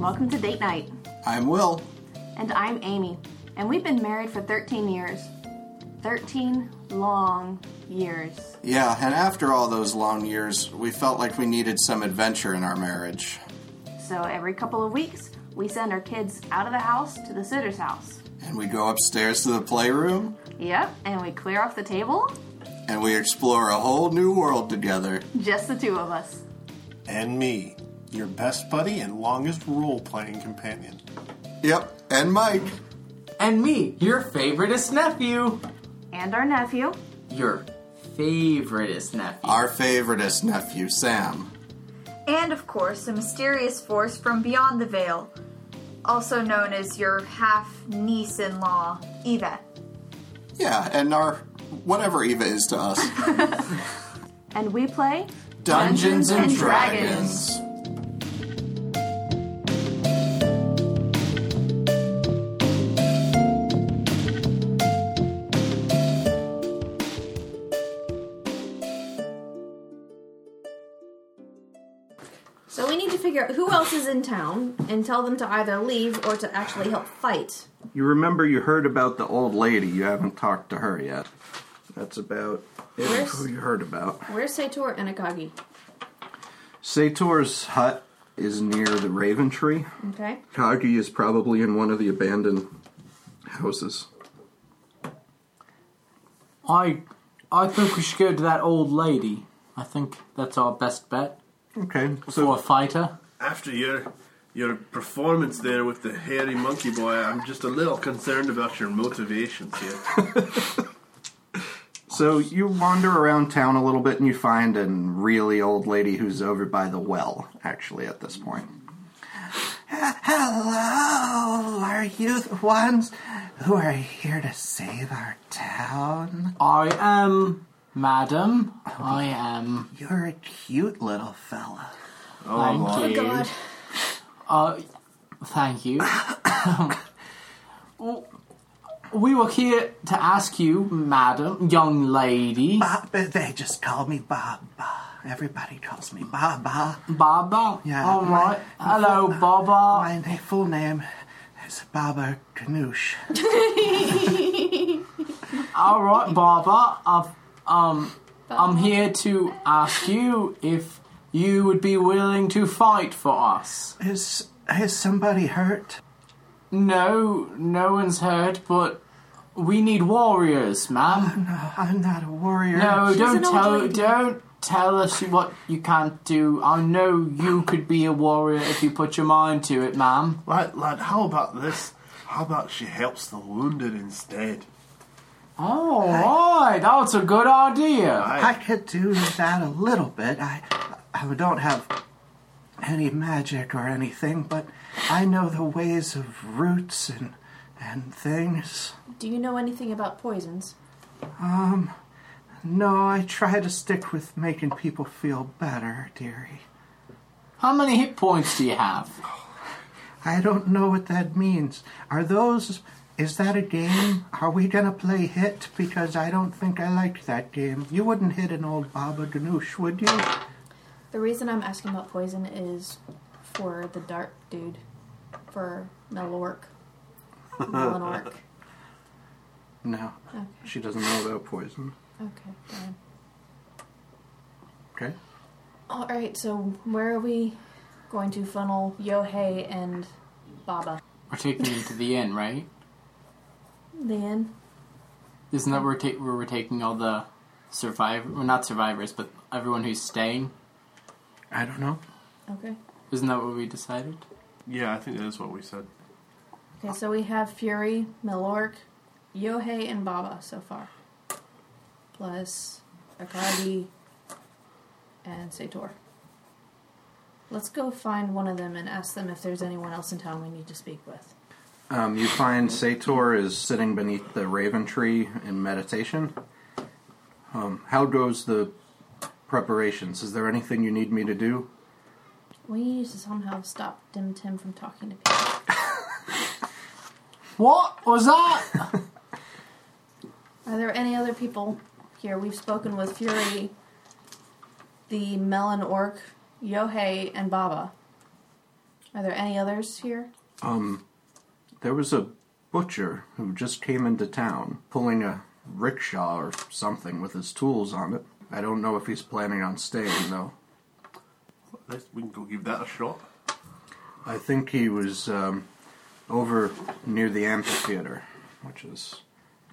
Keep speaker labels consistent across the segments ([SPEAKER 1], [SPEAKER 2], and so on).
[SPEAKER 1] welcome to Date Night.
[SPEAKER 2] I'm Will.
[SPEAKER 1] And I'm Amy. And we've been married for 13 years. 13 long years.
[SPEAKER 2] Yeah, and after all those long years, we felt like we needed some adventure in our marriage.
[SPEAKER 1] So every couple of weeks, we send our kids out of the house to the sitter's house.
[SPEAKER 2] And we go upstairs to the playroom,
[SPEAKER 1] Yep, and we clear off the table,
[SPEAKER 2] and we explore a whole new world together.
[SPEAKER 1] just the two of us.
[SPEAKER 3] And me, your best buddy and longest role playing companion.
[SPEAKER 2] Yep, and Mike.
[SPEAKER 4] And me, your favoriteest nephew.
[SPEAKER 1] And our nephew.
[SPEAKER 4] Your favoriteest nephew.
[SPEAKER 2] Our favoriteest nephew, Sam.
[SPEAKER 5] And of course, a mysterious force from beyond the veil, also known as your half niece in law, Eva.
[SPEAKER 2] Yeah, and our whatever Eva is to us.
[SPEAKER 1] And we play
[SPEAKER 2] Dungeons and
[SPEAKER 1] and
[SPEAKER 2] Dragons.
[SPEAKER 1] Dragons.
[SPEAKER 6] So we need to figure out who else is in town and tell them to either leave or to actually help fight.
[SPEAKER 2] You remember you heard about the old lady. You haven't talked to her yet. That's about it.
[SPEAKER 6] Where's-
[SPEAKER 2] Who you heard about?
[SPEAKER 6] Where's Sator and Akagi?
[SPEAKER 2] Sator's hut is near the Raven Tree.
[SPEAKER 6] Okay.
[SPEAKER 2] Kagi is probably in one of the abandoned houses.
[SPEAKER 7] I I think we should go to that old lady. I think that's our best bet
[SPEAKER 2] Okay,
[SPEAKER 7] for
[SPEAKER 2] so
[SPEAKER 7] a fighter.
[SPEAKER 8] After your your performance there with the hairy monkey boy, I'm just a little concerned about your motivations here.
[SPEAKER 2] so you wander around town a little bit and you find a really old lady who's over by the well. Actually, at this point. Uh, Hello, are you the ones who are here to save our town?
[SPEAKER 7] I am, madam. I am.
[SPEAKER 2] You're a cute little fella.
[SPEAKER 6] Oh
[SPEAKER 7] thank you. Uh, thank you. Well, we were here to ask you, madam, young lady,
[SPEAKER 2] Bob, Uh, they just call me Bob. Everybody calls me Baba.
[SPEAKER 7] Baba.
[SPEAKER 2] Yeah,
[SPEAKER 7] All
[SPEAKER 2] my-
[SPEAKER 7] right. Hello, Baba.
[SPEAKER 2] My na- full name is Baba Ganoush.
[SPEAKER 7] All right, Baba. I've, um, I'm here to ask you if you would be willing to fight for us.
[SPEAKER 2] Is is somebody hurt?
[SPEAKER 7] No, no one's hurt, but we need warriors, ma'am.
[SPEAKER 2] No, I'm not a warrior.
[SPEAKER 7] No, don't
[SPEAKER 6] Oh, an old
[SPEAKER 7] tell,
[SPEAKER 6] lady.
[SPEAKER 7] don't tell us what you can't do. I know you could be a warrior if you put your mind to it, ma'am.
[SPEAKER 8] lad, lad, how about this? How about she helps the wounded instead?
[SPEAKER 7] All right, that's a good idea.
[SPEAKER 2] I could do that a little bit. I I don't have any magic or anything, but I know the ways of roots and and things.
[SPEAKER 6] Do you know anything about poisons?
[SPEAKER 2] No, I try to stick with making people feel better, dearie.
[SPEAKER 7] How many hit points do you have?
[SPEAKER 2] I don't know what that means. Are those. Is that a game? Are we gonna play hit? Because I don't think I like that game. You wouldn't hit an old Baba Ganoush, would you?
[SPEAKER 6] The reason I'm asking about poison is for the dark dude, for Melork. Melinork.
[SPEAKER 2] No. She doesn't know about poison.
[SPEAKER 6] Okay, fine.
[SPEAKER 2] Okay.
[SPEAKER 6] All right, so where are we going to funnel Yohei and Baba?
[SPEAKER 7] We're taking you to the inn, right?
[SPEAKER 6] Then
[SPEAKER 7] Isn't that where, ta- where we're taking all the survivor, well, not survivors, but everyone who's staying?
[SPEAKER 2] I don't know.
[SPEAKER 6] okay.
[SPEAKER 7] Isn't that what we decided?
[SPEAKER 8] Yeah, I think that is what we said.
[SPEAKER 6] Okay, so we have Fury, Milork, Yohei, and Baba so far. Plus Akagi and Sator. Let's go find one of them and ask them if there's anyone else in town we need to speak with.
[SPEAKER 2] Um, you find Sator is sitting beneath the raven tree in meditation. Um, how goes the preparations? Is there anything you need me to do?
[SPEAKER 6] We need to somehow stop Dim Tim from talking to people.
[SPEAKER 7] What was that?
[SPEAKER 6] Are there any other people here? We've spoken with Fury, the Melon Orc, Yohei, and Baba. Are there any others here?
[SPEAKER 2] There was a butcher who just came into town pulling a rickshaw or something with his tools on it. I don't know if he's planning on staying, though.
[SPEAKER 8] Let's, we can go give that a shot.
[SPEAKER 2] I think he was um, over near the amphitheater, which is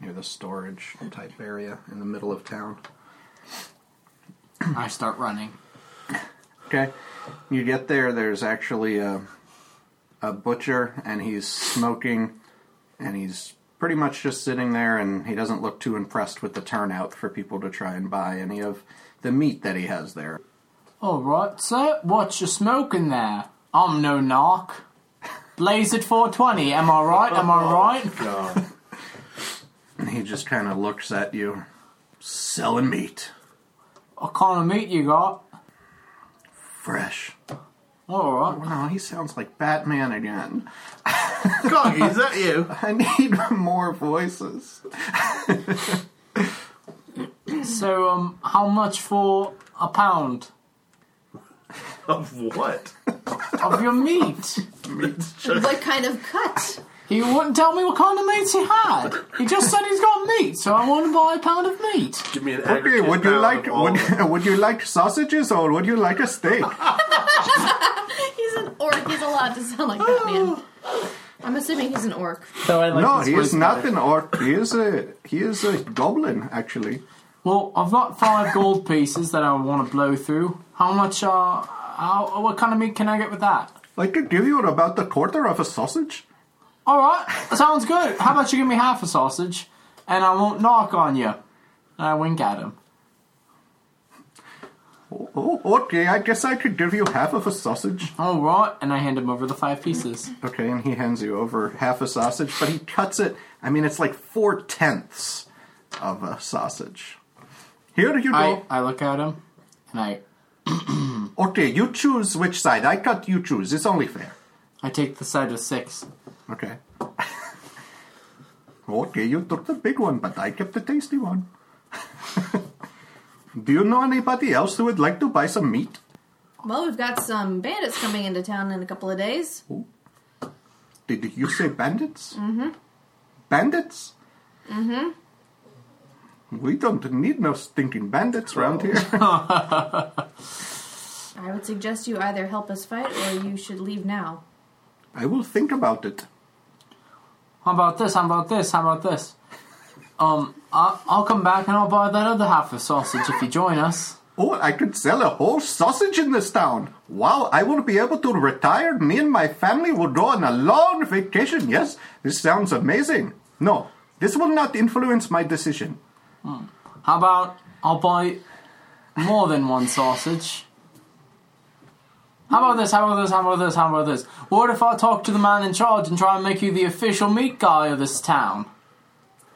[SPEAKER 2] near the storage type area in the middle of town.
[SPEAKER 7] I start running.
[SPEAKER 2] Okay. You get there, there's actually a, a butcher, and he's smoking, and he's pretty much just sitting there, and he doesn't look too impressed with the turnout for people to try and buy any of the meat that he has there.
[SPEAKER 7] All right, sir. What you smoking there? I'm no knock. Blaze at 420. Am I right? Am I right?
[SPEAKER 8] God.
[SPEAKER 2] And he just kind of looks at you, selling meat,
[SPEAKER 7] What kind of meat you got?
[SPEAKER 2] fresh.
[SPEAKER 7] All right.
[SPEAKER 2] Wow, he sounds like Batman again.
[SPEAKER 8] Coggy, is that you?
[SPEAKER 2] I need more voices.
[SPEAKER 7] So, um, how much for a pound
[SPEAKER 8] Of what?
[SPEAKER 7] of your meat?
[SPEAKER 6] What kind of cut?
[SPEAKER 7] He wouldn't tell me what kind of meat he had. He just said he's got meat, so I want to buy a pound of meat.
[SPEAKER 8] Give me an
[SPEAKER 2] Okay,
[SPEAKER 8] aggregate
[SPEAKER 2] would you
[SPEAKER 8] pound
[SPEAKER 2] like
[SPEAKER 8] of all of it.
[SPEAKER 2] would, would you like sausages or would you like a steak?
[SPEAKER 6] He's an orc. He's allowed to sound like that, man. I'm assuming he's an orc.
[SPEAKER 7] So I like
[SPEAKER 2] no, he is not an orc. He is a he is a goblin actually.
[SPEAKER 7] Well, I've got five gold pieces that I want to blow through. How much? Uh, how, what kind of meat can I get with that?
[SPEAKER 2] I could give you about the quarter of a sausage.
[SPEAKER 7] All right, sounds good. How about you give me half a sausage, and I won't knock on you. And I wink at him.
[SPEAKER 2] Oh, okay. I guess I could give you half of a sausage.
[SPEAKER 7] All right, and I hand him over the five pieces.
[SPEAKER 2] Okay, and he hands you over half a sausage, but he cuts it. I mean, it's like four tenths of a sausage. Here you go.
[SPEAKER 7] I I look at him, and I
[SPEAKER 2] Okay, you choose which side. I cut. You choose. It's only fair.
[SPEAKER 7] I take the side of six.
[SPEAKER 2] Okay. okay, you took the big one, but I kept the tasty one. Do you know anybody else who would like to buy some meat?
[SPEAKER 6] Well, we've got some bandits coming into town in a couple of days.
[SPEAKER 2] Did you say bandits? Mm-hmm. Bandits? Mm-hmm. We don't need no stinking bandits round here.
[SPEAKER 6] I would suggest you either help us fight or you should leave now.
[SPEAKER 2] I will think about it.
[SPEAKER 7] How about this? How about this? How about this? Um, I, I'll come back and I'll buy that other half of sausage if you join us.
[SPEAKER 2] Oh, I could sell a whole sausage in this town. Wow, I will be able to retire. Me and my family will go on a long vacation. Yes, this sounds amazing. No, this will not influence my decision.
[SPEAKER 7] How about I'll buy more than one sausage? How about this? How about this? How about this? How about this? What if I talk to the man in charge and try and make you the official meat guy of this town?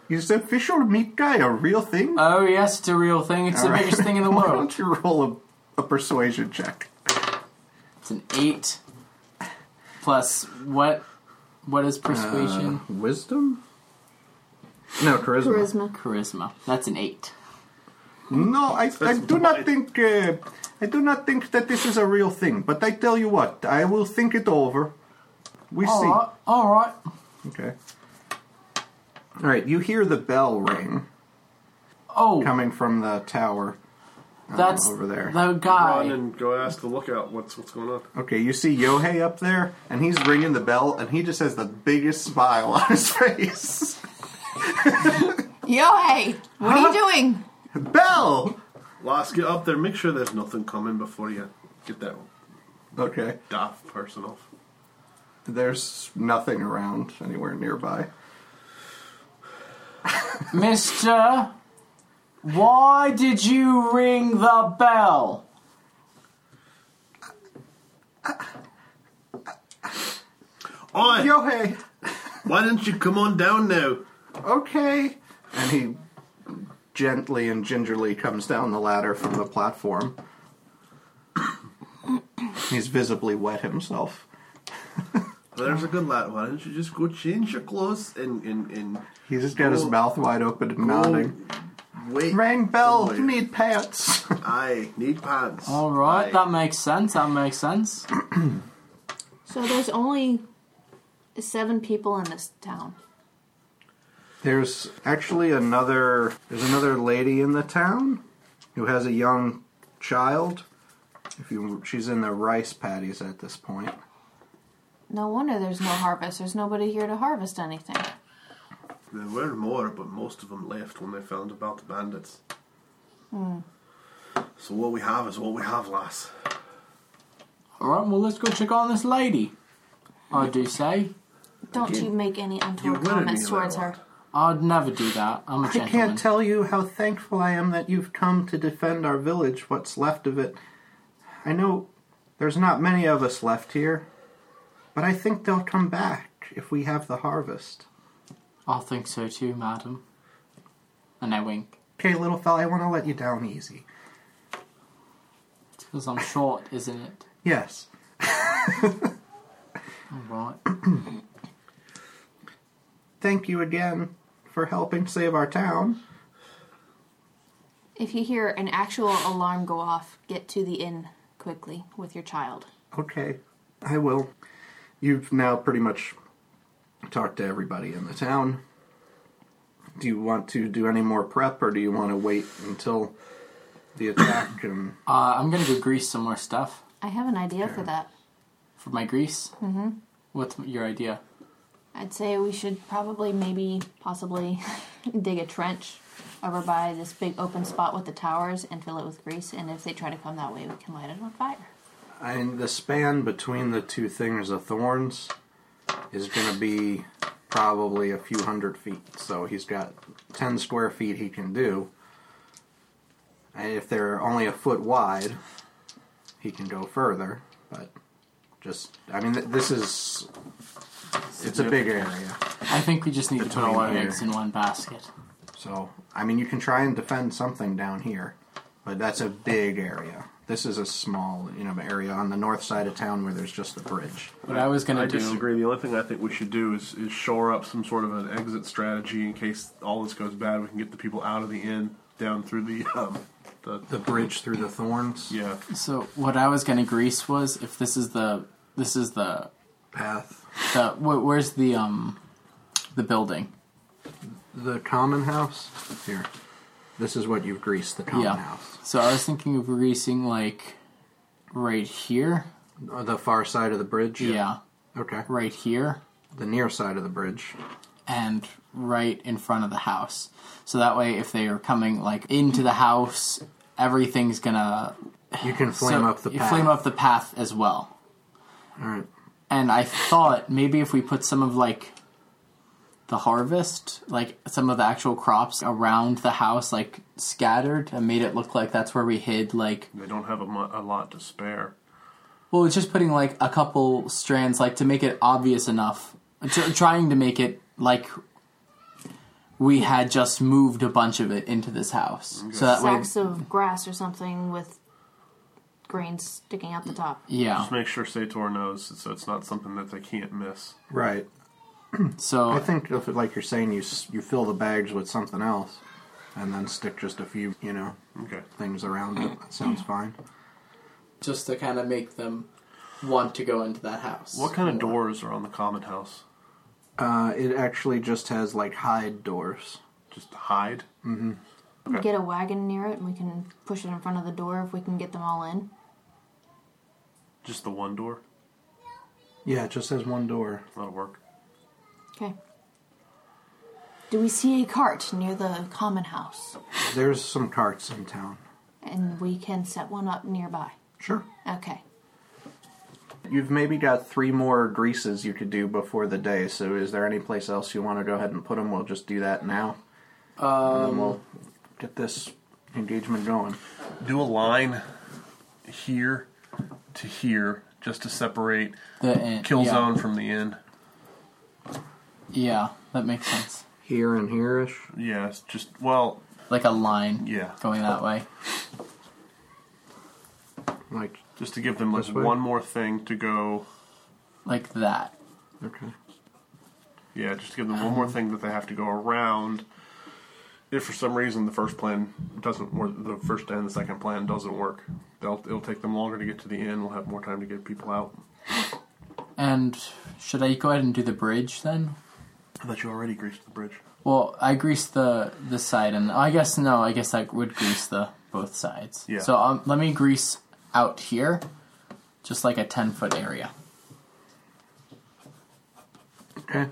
[SPEAKER 2] Is the official meat guy a real thing?
[SPEAKER 7] Oh, yes, it's a real thing. It's the
[SPEAKER 2] All right.
[SPEAKER 7] biggest thing in the
[SPEAKER 2] Why
[SPEAKER 7] world.
[SPEAKER 2] don't you roll a, a persuasion check?
[SPEAKER 7] It's an eight plus what? What is persuasion?
[SPEAKER 2] Wisdom? No, charisma.
[SPEAKER 7] Charisma. That's an eight.
[SPEAKER 2] No, I, I do not think uh, I do not think that this is a real thing. But I tell you what, I will think it over. We
[SPEAKER 7] All
[SPEAKER 2] see.
[SPEAKER 7] right. All right.
[SPEAKER 2] Okay. All right, you hear the bell ring
[SPEAKER 7] Oh,
[SPEAKER 2] coming from the tower. uh,
[SPEAKER 7] that's
[SPEAKER 2] over there.
[SPEAKER 7] the guy.
[SPEAKER 8] Run and go ask the lookout what's what's going on.
[SPEAKER 2] Okay, you see Yohei up there, and he's ringing the bell, and he just has the biggest smile on his face.
[SPEAKER 6] Yo, hey! What are you doing?
[SPEAKER 2] bell.
[SPEAKER 8] Lass, get up there. Make sure there's nothing coming before you get that
[SPEAKER 2] Okay,
[SPEAKER 8] daft person off.
[SPEAKER 2] there's nothing around anywhere nearby.
[SPEAKER 7] Mister, why did you ring the bell?
[SPEAKER 8] Oi!
[SPEAKER 2] Yohei,
[SPEAKER 8] Why don't you come on down now?
[SPEAKER 2] okay, and he gently and gingerly comes down the ladder from the platform. he's visibly wet himself.
[SPEAKER 8] There's a good lad. Why don't you just go change your clothes and and and
[SPEAKER 2] He's just got his
[SPEAKER 8] Cool.
[SPEAKER 2] mouth wide open and nodding.
[SPEAKER 8] wait?
[SPEAKER 2] Rain bell,
[SPEAKER 8] Wait.
[SPEAKER 2] need pants.
[SPEAKER 8] I need pants.
[SPEAKER 7] All right,
[SPEAKER 8] Aye.
[SPEAKER 7] that makes sense. That makes sense.
[SPEAKER 1] So there's only seven people in this town.
[SPEAKER 2] There's actually another there's another lady in the town who has a young child. If you she's in the rice paddies at this point.
[SPEAKER 1] No wonder there's no harvest. There's nobody here to harvest anything.
[SPEAKER 8] There were more, but most of them left when they found about the bandits. So what we have is what we have, lass.
[SPEAKER 7] Alright, well, let's go check on this lady. I do say.
[SPEAKER 1] Don't you make any
[SPEAKER 8] You're
[SPEAKER 1] untoward
[SPEAKER 8] winning
[SPEAKER 1] comments
[SPEAKER 8] me there,
[SPEAKER 1] towards her.
[SPEAKER 8] lad.
[SPEAKER 7] I'd never do that. I'm a
[SPEAKER 2] I
[SPEAKER 7] gentleman.
[SPEAKER 2] can't tell you how thankful I am that you've come to defend our village, what's left of it. I know there's not many of us left here, but I think they'll come back if we have the harvest.
[SPEAKER 7] I think so too, madam. And I wink.
[SPEAKER 2] Okay, little fella, I want to let you down easy.
[SPEAKER 7] It's because I'm short, isn't it?
[SPEAKER 2] Yes.
[SPEAKER 7] Alright.
[SPEAKER 2] Thank you again for helping save our town.
[SPEAKER 1] If you hear an actual alarm go off, get to the inn quickly with your child.
[SPEAKER 2] Okay, I will. You've now pretty much talked to everybody in the town. Do you want to do any more prep, or do you want to wait until the attack? and
[SPEAKER 7] Uh, I'm gonna go grease some more stuff
[SPEAKER 1] I have an idea for that.
[SPEAKER 7] for my grease. Mm-hmm. What's your idea?
[SPEAKER 1] I'd say we should probably, maybe, possibly dig a trench over by this big open spot with the towers and fill it with grease. And if they try to come that way, we can light it on fire.
[SPEAKER 2] and the span between the two things of thorns is going to be probably a few hundred feet. So he's got ten square feet he can do. And if they're only a foot wide, he can go further. But just, I mean, th- this is it's a big area.
[SPEAKER 7] I think we just need to put all our
[SPEAKER 2] Between here.
[SPEAKER 7] eggs in one basket.
[SPEAKER 2] So I mean, you can try and defend something down here, but that's a big area. This is a small, you know, area on the north side of town where there's just the bridge.
[SPEAKER 7] What I was gonna
[SPEAKER 8] I
[SPEAKER 7] do.
[SPEAKER 8] disagree. The only thing I think we should do is, is shore up some sort of an exit strategy in case all this goes bad. We can get the people out of the inn, down through the um, the,
[SPEAKER 2] The bridge through the thorns
[SPEAKER 8] yeah
[SPEAKER 7] So what I was gonna grease was if this is the this is the
[SPEAKER 2] path.
[SPEAKER 7] the wh- where's the um the building?
[SPEAKER 2] The common house? Here. This is what you've greased the common
[SPEAKER 7] yeah.
[SPEAKER 2] house.
[SPEAKER 7] So I was thinking of greasing like right here.
[SPEAKER 2] Uh, The far side of the bridge?
[SPEAKER 7] yeah.
[SPEAKER 2] Okay.
[SPEAKER 7] Right here.
[SPEAKER 2] The near side of the bridge.
[SPEAKER 7] and right in front of the house. So that way, if they are coming like into the house, everything's gonna
[SPEAKER 2] You can flame
[SPEAKER 7] so-
[SPEAKER 2] up the
[SPEAKER 7] you
[SPEAKER 2] path.
[SPEAKER 7] flame up the path as well.
[SPEAKER 2] All right.
[SPEAKER 7] And I thought maybe if we put some of like the harvest, like some of the actual crops around the house, like scattered, and made it look like that's where we hid. Like,
[SPEAKER 8] they don't have a, mo- a lot to spare.
[SPEAKER 7] well, it's just putting like a couple strands, like to make it obvious enough, tr- trying to make it like. We had just moved a bunch of it into this house, so that way
[SPEAKER 1] Sacks of grass or something with grains sticking out the top.
[SPEAKER 7] Yeah.
[SPEAKER 8] Just make sure Sator knows so it's not something that they can't miss.
[SPEAKER 2] Right. I
[SPEAKER 7] So
[SPEAKER 2] think, if, like you're saying, you s- you fill the bags with something else and then stick just a few, you know,
[SPEAKER 8] Okay.
[SPEAKER 2] things around it. That sounds fine.
[SPEAKER 7] just to kind of make them want to go into that house.
[SPEAKER 8] What kind of doors are on the common house?
[SPEAKER 2] Uh, it actually just has, like, hide doors.
[SPEAKER 8] Just hide.
[SPEAKER 1] Get a wagon near it and we can push it in front of the door if we can get them all in.
[SPEAKER 8] Just the one door.
[SPEAKER 2] Yeah, it just has one door.
[SPEAKER 8] That'll work.
[SPEAKER 1] Okay. Do we see a cart near the common house?
[SPEAKER 2] There's some carts in town.
[SPEAKER 1] And we can set one up nearby.
[SPEAKER 2] Sure.
[SPEAKER 1] Okay.
[SPEAKER 2] You've maybe got three more greases you could do before the day, so is there any place else you want to go ahead and put them? We'll just do that now. and then we'll get this engagement going.
[SPEAKER 8] Do a line here to here just to separate
[SPEAKER 7] The in-
[SPEAKER 8] kill
[SPEAKER 7] yeah.
[SPEAKER 8] zone from the inn.
[SPEAKER 7] Yeah, that makes sense.
[SPEAKER 2] Here and here ish.
[SPEAKER 8] Yeah, it's just well,
[SPEAKER 7] Like a line.
[SPEAKER 8] Yeah.
[SPEAKER 7] Going that way.
[SPEAKER 2] Like,
[SPEAKER 8] just to give them like
[SPEAKER 2] This way?
[SPEAKER 8] one more thing to go.
[SPEAKER 7] Like that.
[SPEAKER 2] okay.
[SPEAKER 8] Yeah, just to give them one more thing that they have to go around. If for some reason the first plan doesn't work, the first and the second plan doesn't work, they'll it'll take them longer to get to the inn. We'll have more time to get people out.
[SPEAKER 4] And should I go ahead and do the bridge then?
[SPEAKER 8] I thought you already greased the bridge.
[SPEAKER 4] Well, I grease the the side, and I guess no, I guess I would grease the both sides.
[SPEAKER 8] Yeah.
[SPEAKER 4] So um, let me grease out here, just like a ten foot area.
[SPEAKER 2] Okay.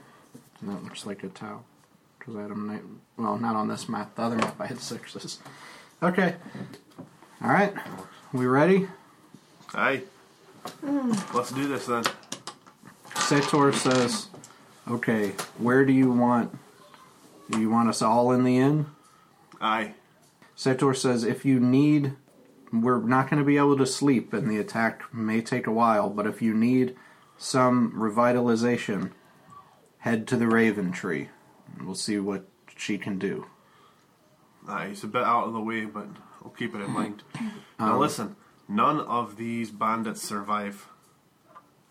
[SPEAKER 2] And that looks like a towel. Because I had a night. Well, not on this map. The other map I had sixes. Okay. All right. We ready?
[SPEAKER 8] Aye. Let's do this then.
[SPEAKER 2] Sator says, okay, where do you want. Do you want us all in the inn?
[SPEAKER 8] Aye.
[SPEAKER 2] Sator says, if you need. We're not going to be able to sleep, and the attack may take a while, but if you need some revitalization, head to the Raven Tree. and We'll see what she can do.
[SPEAKER 8] Aye. It's a bit out of the way, but I'll keep it in mind. now listen, none of these bandits survive.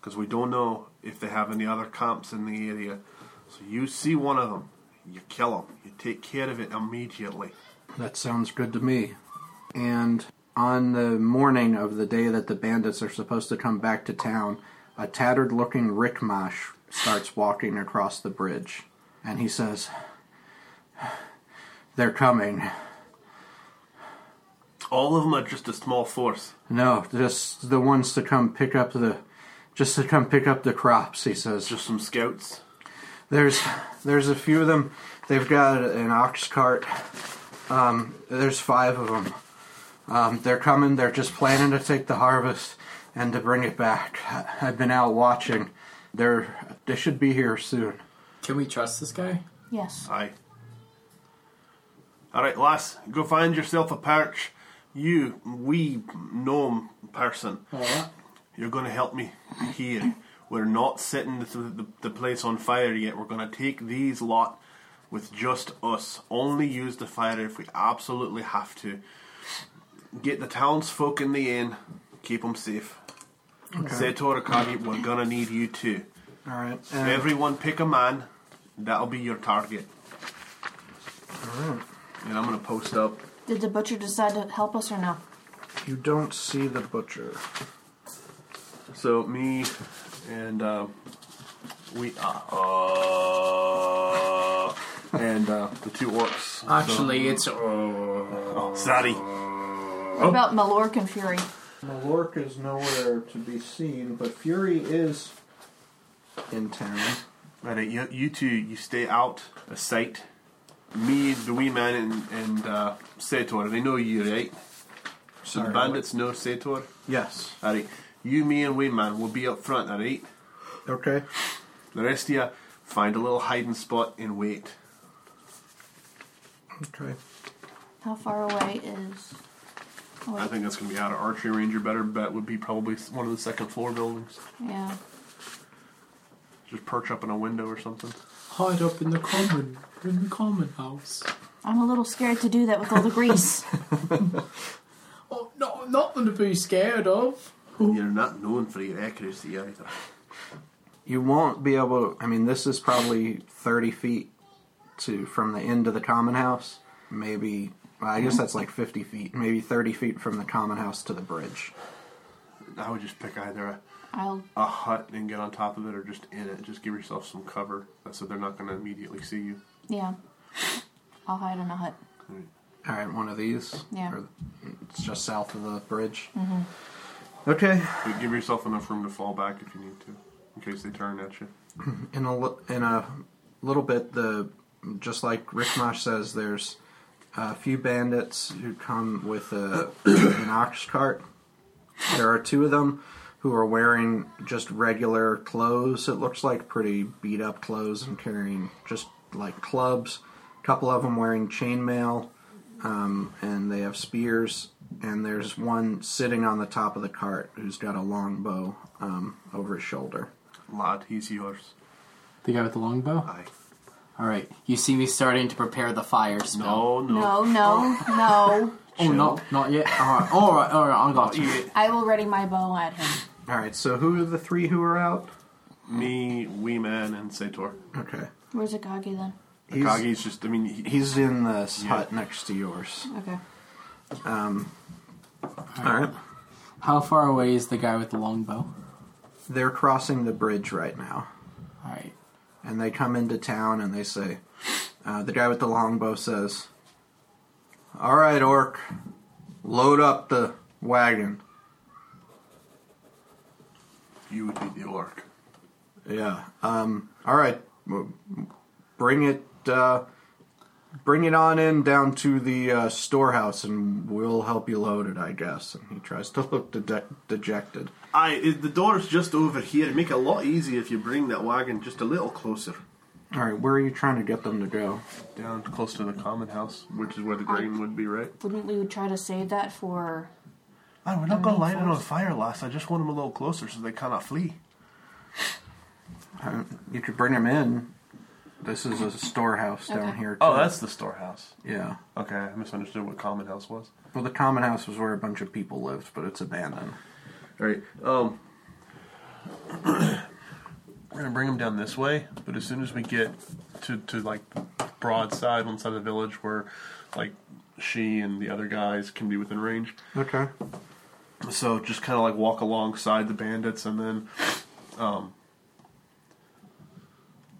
[SPEAKER 8] Because we don't know if they have any other camps in the area. So you see one of them, you kill him. You take care of it immediately.
[SPEAKER 2] That sounds good to me. And on the morning of the day that the bandits are supposed to come back to town, a tattered looking Rickmash starts walking across the bridge. And he says, They're coming.
[SPEAKER 8] All of them are just a small force.
[SPEAKER 2] No, just the ones to come pick up the. Just to come pick up the crops, he says.
[SPEAKER 8] Just some scouts.
[SPEAKER 2] There's there's a few of them. They've got an ox cart. Um, there's five of them. Um, they're coming. They're just planning to take the harvest and to bring it back. I- I've been out watching. They're they should be here soon.
[SPEAKER 4] Can we trust this guy?
[SPEAKER 6] Yes.
[SPEAKER 8] Aye. All right, lass, go find yourself a perch. You, wee gnome person, you're going to help me here. We're not setting the, the, the place on fire yet. We're going to take these lot with just us. Only use the fire if we absolutely have to. Get the townsfolk in the inn. Keep them safe. Zetor Akagi, we're going to need you too.
[SPEAKER 2] All right.
[SPEAKER 8] Everyone pick a man. That'll be your target. And I'm gonna post up.
[SPEAKER 6] Did the butcher decide to help us or no?
[SPEAKER 2] you don't see the butcher.
[SPEAKER 8] So me and uh, we uh, uh, and uh, the two orcs.
[SPEAKER 4] Actually, it's oh,
[SPEAKER 8] So- sorry.
[SPEAKER 6] What about Malork and Fury?
[SPEAKER 2] Malork is nowhere to be seen, but Fury is in town.
[SPEAKER 8] All right, you, you two, you stay out of sight. Me, the wee man, and, and uh, Sator. They know you, right? So the
[SPEAKER 2] Sorry,
[SPEAKER 8] bandits know Sator.
[SPEAKER 2] Yes.
[SPEAKER 8] All right, you, me, and wee man will be up front. All right.
[SPEAKER 2] Okay.
[SPEAKER 8] The rest of you find a little hiding spot and wait.
[SPEAKER 2] Okay.
[SPEAKER 6] How far away is?
[SPEAKER 8] I think that's going to be out of archery range. Your better bet would be probably s- one of the second floor buildings.
[SPEAKER 6] Yeah.
[SPEAKER 8] Just perch up in a window or something.
[SPEAKER 4] hide up in the common, in the common house.
[SPEAKER 6] I'm a little scared to do that with all the grease.
[SPEAKER 4] Oh, no, nothing to be scared of.
[SPEAKER 8] You're not known for your accuracy either.
[SPEAKER 2] you won't be able i mean this is probably 30 feet to from the end of the common house maybe well, i guess that's like 50 feet maybe 30 feet from the common house to the bridge
[SPEAKER 8] I would just pick either a,
[SPEAKER 6] I'll.
[SPEAKER 8] a hut and get on top of it or just in it. Just give yourself some cover so they're not going to immediately see you.
[SPEAKER 6] Yeah. I'll hide in a hut.
[SPEAKER 2] all right one of these
[SPEAKER 6] Yeah.
[SPEAKER 2] it's just south of the bridge okay
[SPEAKER 8] But give yourself enough room to fall back if you need to, in case they turn at you.
[SPEAKER 2] in a li- in a little bit the just like Rickmash says there's a few bandits who come with a, an ox cart. There are two of them who are wearing just regular clothes. It looks like pretty beat up clothes and carrying just like clubs. A couple of them wearing chainmail um, and they have spears. And there's one sitting on the top of the cart who's got a long bow um, over his shoulder.
[SPEAKER 8] Lad, he's yours.
[SPEAKER 4] The guy with the longbow.
[SPEAKER 8] Aye.
[SPEAKER 4] All right, you see me starting to prepare the fire spell.
[SPEAKER 8] No,
[SPEAKER 1] No,
[SPEAKER 8] no.
[SPEAKER 1] no, no.
[SPEAKER 4] oh, not not yet. All right, all right, all right. I got you.
[SPEAKER 8] Yeah,
[SPEAKER 1] I will ready my bow at him.
[SPEAKER 2] All right, so who are the three who are out?
[SPEAKER 8] me, wee man, and Sator.
[SPEAKER 2] Okay.
[SPEAKER 6] Where's Akagi then?
[SPEAKER 2] He's,
[SPEAKER 8] Akagi's just, I mean, he, he,
[SPEAKER 2] he's in this
[SPEAKER 8] Yeah.
[SPEAKER 2] hut next to yours. Um,
[SPEAKER 6] Okay.
[SPEAKER 2] All right.
[SPEAKER 4] How far away is the guy with the longbow?
[SPEAKER 2] They're crossing the bridge right now.
[SPEAKER 4] Alright.
[SPEAKER 2] And they come into town and they say, uh, the guy with the longbow says, All right, Orc, load up the wagon.
[SPEAKER 8] You would be the orc.
[SPEAKER 2] Yeah. Um, all right. W- Bring it. Uh, bring it on in down to the uh, storehouse, and we'll help you load it. I guess. And he tries to look de- dejected.
[SPEAKER 8] Aye, i- the door's just over here. Make it a lot easier if you bring that wagon just a little closer.
[SPEAKER 2] All right. Where are you trying to get them to go?
[SPEAKER 8] Down close to the common house, which is where the grain would be, right?
[SPEAKER 6] Wouldn't we try to save that for?
[SPEAKER 8] Aye, we're not going to light it on fire, lass. I just want them a little closer so they cannot flee.
[SPEAKER 2] Uh, you could bring them in. This is a storehouse down here.
[SPEAKER 8] Oh,
[SPEAKER 2] too.
[SPEAKER 8] that's the storehouse.
[SPEAKER 2] yeah.
[SPEAKER 8] Okay, I misunderstood what common house was.
[SPEAKER 2] Well, the common house was where a bunch of people lived, but it's abandoned.
[SPEAKER 8] All right. Um, we're gonna bring them down this way, but as soon as we get to to like the broad side, one side of the village, where like she and the other guys can be within range.
[SPEAKER 2] Okay.
[SPEAKER 8] So just kind of like walk alongside the bandits, and then um,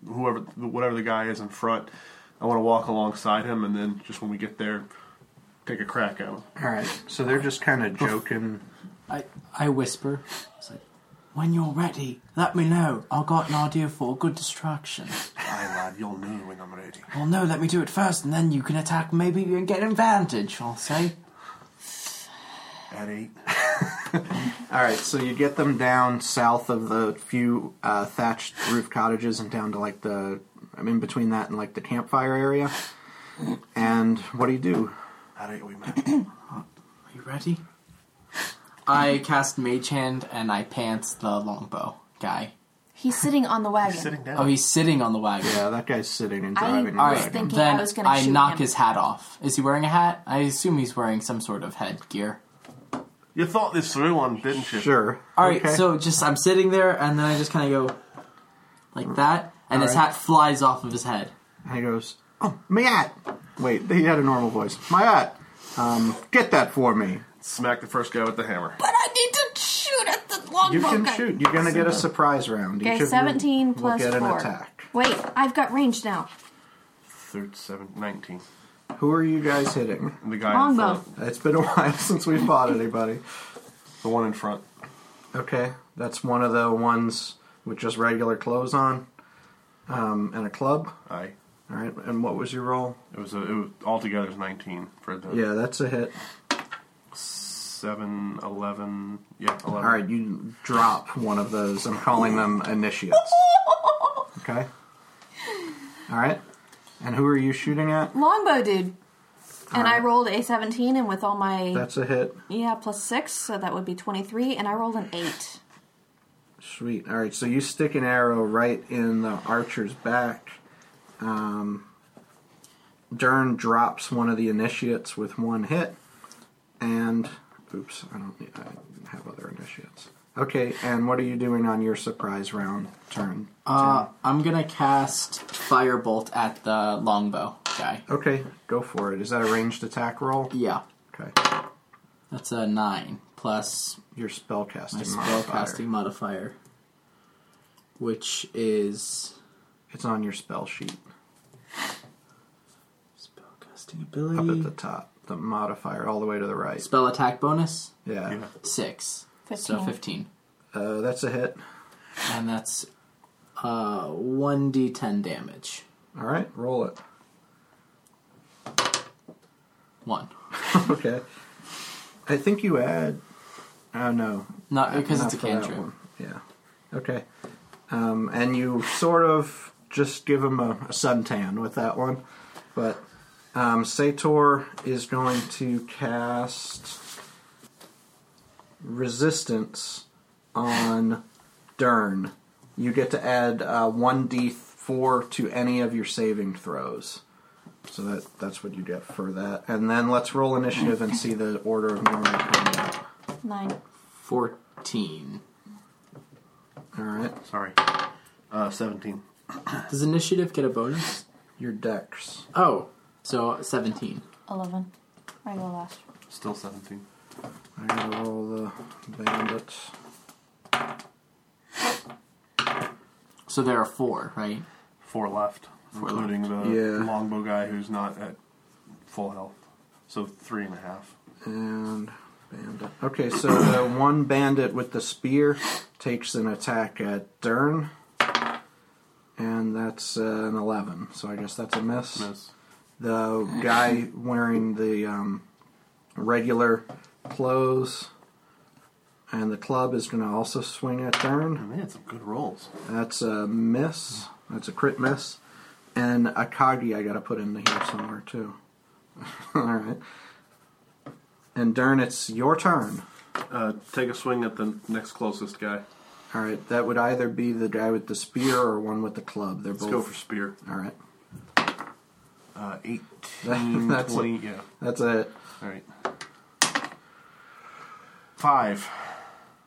[SPEAKER 8] whoever whatever the guy is in front, I want to walk alongside him, and then just when we get there, take a crack at him.
[SPEAKER 2] All right. So they're just kind of joking.
[SPEAKER 4] I, I whisper. It's like, when you're ready, let me know. I've got an idea for a good distraction.
[SPEAKER 8] Aye, lad, you'll know when I'm ready.
[SPEAKER 4] Well, no, let me do it first, and then you can attack. Maybe you can get advantage, I'll say.
[SPEAKER 8] At eight.
[SPEAKER 2] All right, so you get them down south of the few uh, thatched roof cottages and down to like the, I'm in between that and like the campfire area. And what do you do?
[SPEAKER 8] All right, we man.
[SPEAKER 4] Are you ready? I cast Mage Hand, and I pants the longbow guy.
[SPEAKER 6] He's sitting on the wagon.
[SPEAKER 8] down.
[SPEAKER 4] Oh, he's sitting on the wagon.
[SPEAKER 2] Yeah, that guy's sitting and
[SPEAKER 6] I
[SPEAKER 2] driving.
[SPEAKER 6] was
[SPEAKER 2] I,
[SPEAKER 4] All right,
[SPEAKER 6] thinking
[SPEAKER 4] then
[SPEAKER 6] I
[SPEAKER 4] I,
[SPEAKER 6] was gonna shoot
[SPEAKER 4] knock
[SPEAKER 6] him.
[SPEAKER 4] his hat off. Is he wearing a hat? I assume he's wearing some sort of headgear.
[SPEAKER 8] you thought this through one, didn't you?
[SPEAKER 2] sure.
[SPEAKER 4] All right,
[SPEAKER 2] Okay.
[SPEAKER 4] so just I'm sitting there, and then I just kind of go like that, and his
[SPEAKER 2] right.
[SPEAKER 4] hat flies off of his head.
[SPEAKER 2] And he goes, oh, Mayat! Wait, he had a normal voice. Mayat! Um, get that for me.
[SPEAKER 8] Smack the first guy with the hammer.
[SPEAKER 6] But I need to shoot at the longbow
[SPEAKER 2] You
[SPEAKER 4] Oh,
[SPEAKER 2] can
[SPEAKER 6] guy.
[SPEAKER 2] shoot. You're going to get a surprise round. Each
[SPEAKER 1] Okay,
[SPEAKER 2] of you
[SPEAKER 1] 17 plus
[SPEAKER 2] will get
[SPEAKER 1] 4.
[SPEAKER 2] an attack.
[SPEAKER 1] Wait, I've got range now.
[SPEAKER 8] Third, seventh, nineteen.
[SPEAKER 2] Who are you guys hitting?
[SPEAKER 8] The guy in
[SPEAKER 1] Longbow.
[SPEAKER 8] front.
[SPEAKER 2] It's been a while since we fought anybody.
[SPEAKER 8] The one in front.
[SPEAKER 2] Okay, that's one of the ones with just regular clothes on, um, and a club.
[SPEAKER 8] Aye.
[SPEAKER 2] All right, and what was your roll?
[SPEAKER 8] It was a. It was altogether it was nineteen for the
[SPEAKER 2] Yeah, that's a hit.
[SPEAKER 8] seven, eleven. Yeah, eleven.
[SPEAKER 2] All right, you drop one of those. I'm calling them initiates. Okay. All right, and who are you shooting at?
[SPEAKER 1] Longbow dude. And I rolled a 17, and with all my.
[SPEAKER 2] That's a hit.
[SPEAKER 1] yeah, plus 6, so that would be 23, and I rolled an 8.
[SPEAKER 2] Sweet. All right, so you stick an arrow right in the archer's back. Um, Dern drops one of the initiates with one hit, and oops, I don't. I have other initiates. Okay, and what are you doing on your surprise round turn?
[SPEAKER 4] Uh, I'm gonna cast Firebolt at the longbow guy.
[SPEAKER 2] Tim? okay, go for it. Is that a ranged attack roll?
[SPEAKER 4] Yeah,
[SPEAKER 2] Okay,
[SPEAKER 4] that's a nine plus
[SPEAKER 2] your spellcasting.
[SPEAKER 4] my
[SPEAKER 2] modifier.
[SPEAKER 4] spellcasting modifier, which is
[SPEAKER 2] It's on your spell sheet
[SPEAKER 4] spellcasting
[SPEAKER 2] up at the
[SPEAKER 4] ability.
[SPEAKER 2] top. The modifier all the way to the right.
[SPEAKER 4] Spell attack bonus
[SPEAKER 2] Yeah,
[SPEAKER 8] Yeah.
[SPEAKER 4] six, so
[SPEAKER 1] 15.
[SPEAKER 4] fifteen,
[SPEAKER 2] Uh, that's a hit.
[SPEAKER 4] and that's uh one d10 damage.
[SPEAKER 2] All right, roll it.
[SPEAKER 4] One.
[SPEAKER 2] Okay. I think you add. Oh no,
[SPEAKER 4] Not because
[SPEAKER 2] not
[SPEAKER 4] it's a
[SPEAKER 2] for that
[SPEAKER 4] cantrip.
[SPEAKER 2] one. Yeah. Okay. Um, and you sort of just give him a, a suntan with that one, but um, Sator is going to cast resistance on Dern. You get to add uh, one d four to any of your saving throws. So that that's what you get for that. And then let's roll initiative and see the order of normal combat.
[SPEAKER 1] 9.
[SPEAKER 4] Fourteen.
[SPEAKER 2] All right,
[SPEAKER 8] Sorry. Uh, seventeen.
[SPEAKER 4] Does initiative get a bonus?
[SPEAKER 2] your dex.
[SPEAKER 4] Oh, so seventeen.
[SPEAKER 1] 11. I go last.
[SPEAKER 8] Still seventeen.
[SPEAKER 2] I gotta roll the bandits.
[SPEAKER 4] So there are four, right?
[SPEAKER 8] Four left, including the
[SPEAKER 2] Yeah.
[SPEAKER 8] longbow guy who's not at full health. So three and a half.
[SPEAKER 2] And bandit. Okay, so the one bandit with the spear takes an attack at Dern. And that's uh, an 11. So I guess that's a miss.
[SPEAKER 8] Miss.
[SPEAKER 2] The guy wearing the um, regular clothes and the club is going to also swing at Dern.
[SPEAKER 8] Man, some good rolls.
[SPEAKER 2] That's a miss. That's a crit miss. And Akagi, I got to put in here somewhere too. All right. And Dern, it's your turn.
[SPEAKER 8] Uh, take a swing at the next closest guy.
[SPEAKER 2] All right, that would either be the guy with the spear or one with the club. They're
[SPEAKER 8] Let's
[SPEAKER 2] both.
[SPEAKER 8] go for spear.
[SPEAKER 2] All right,
[SPEAKER 8] Uh, 18,
[SPEAKER 2] That's a-
[SPEAKER 8] 20, yeah.
[SPEAKER 2] that's it.
[SPEAKER 8] All right. Five.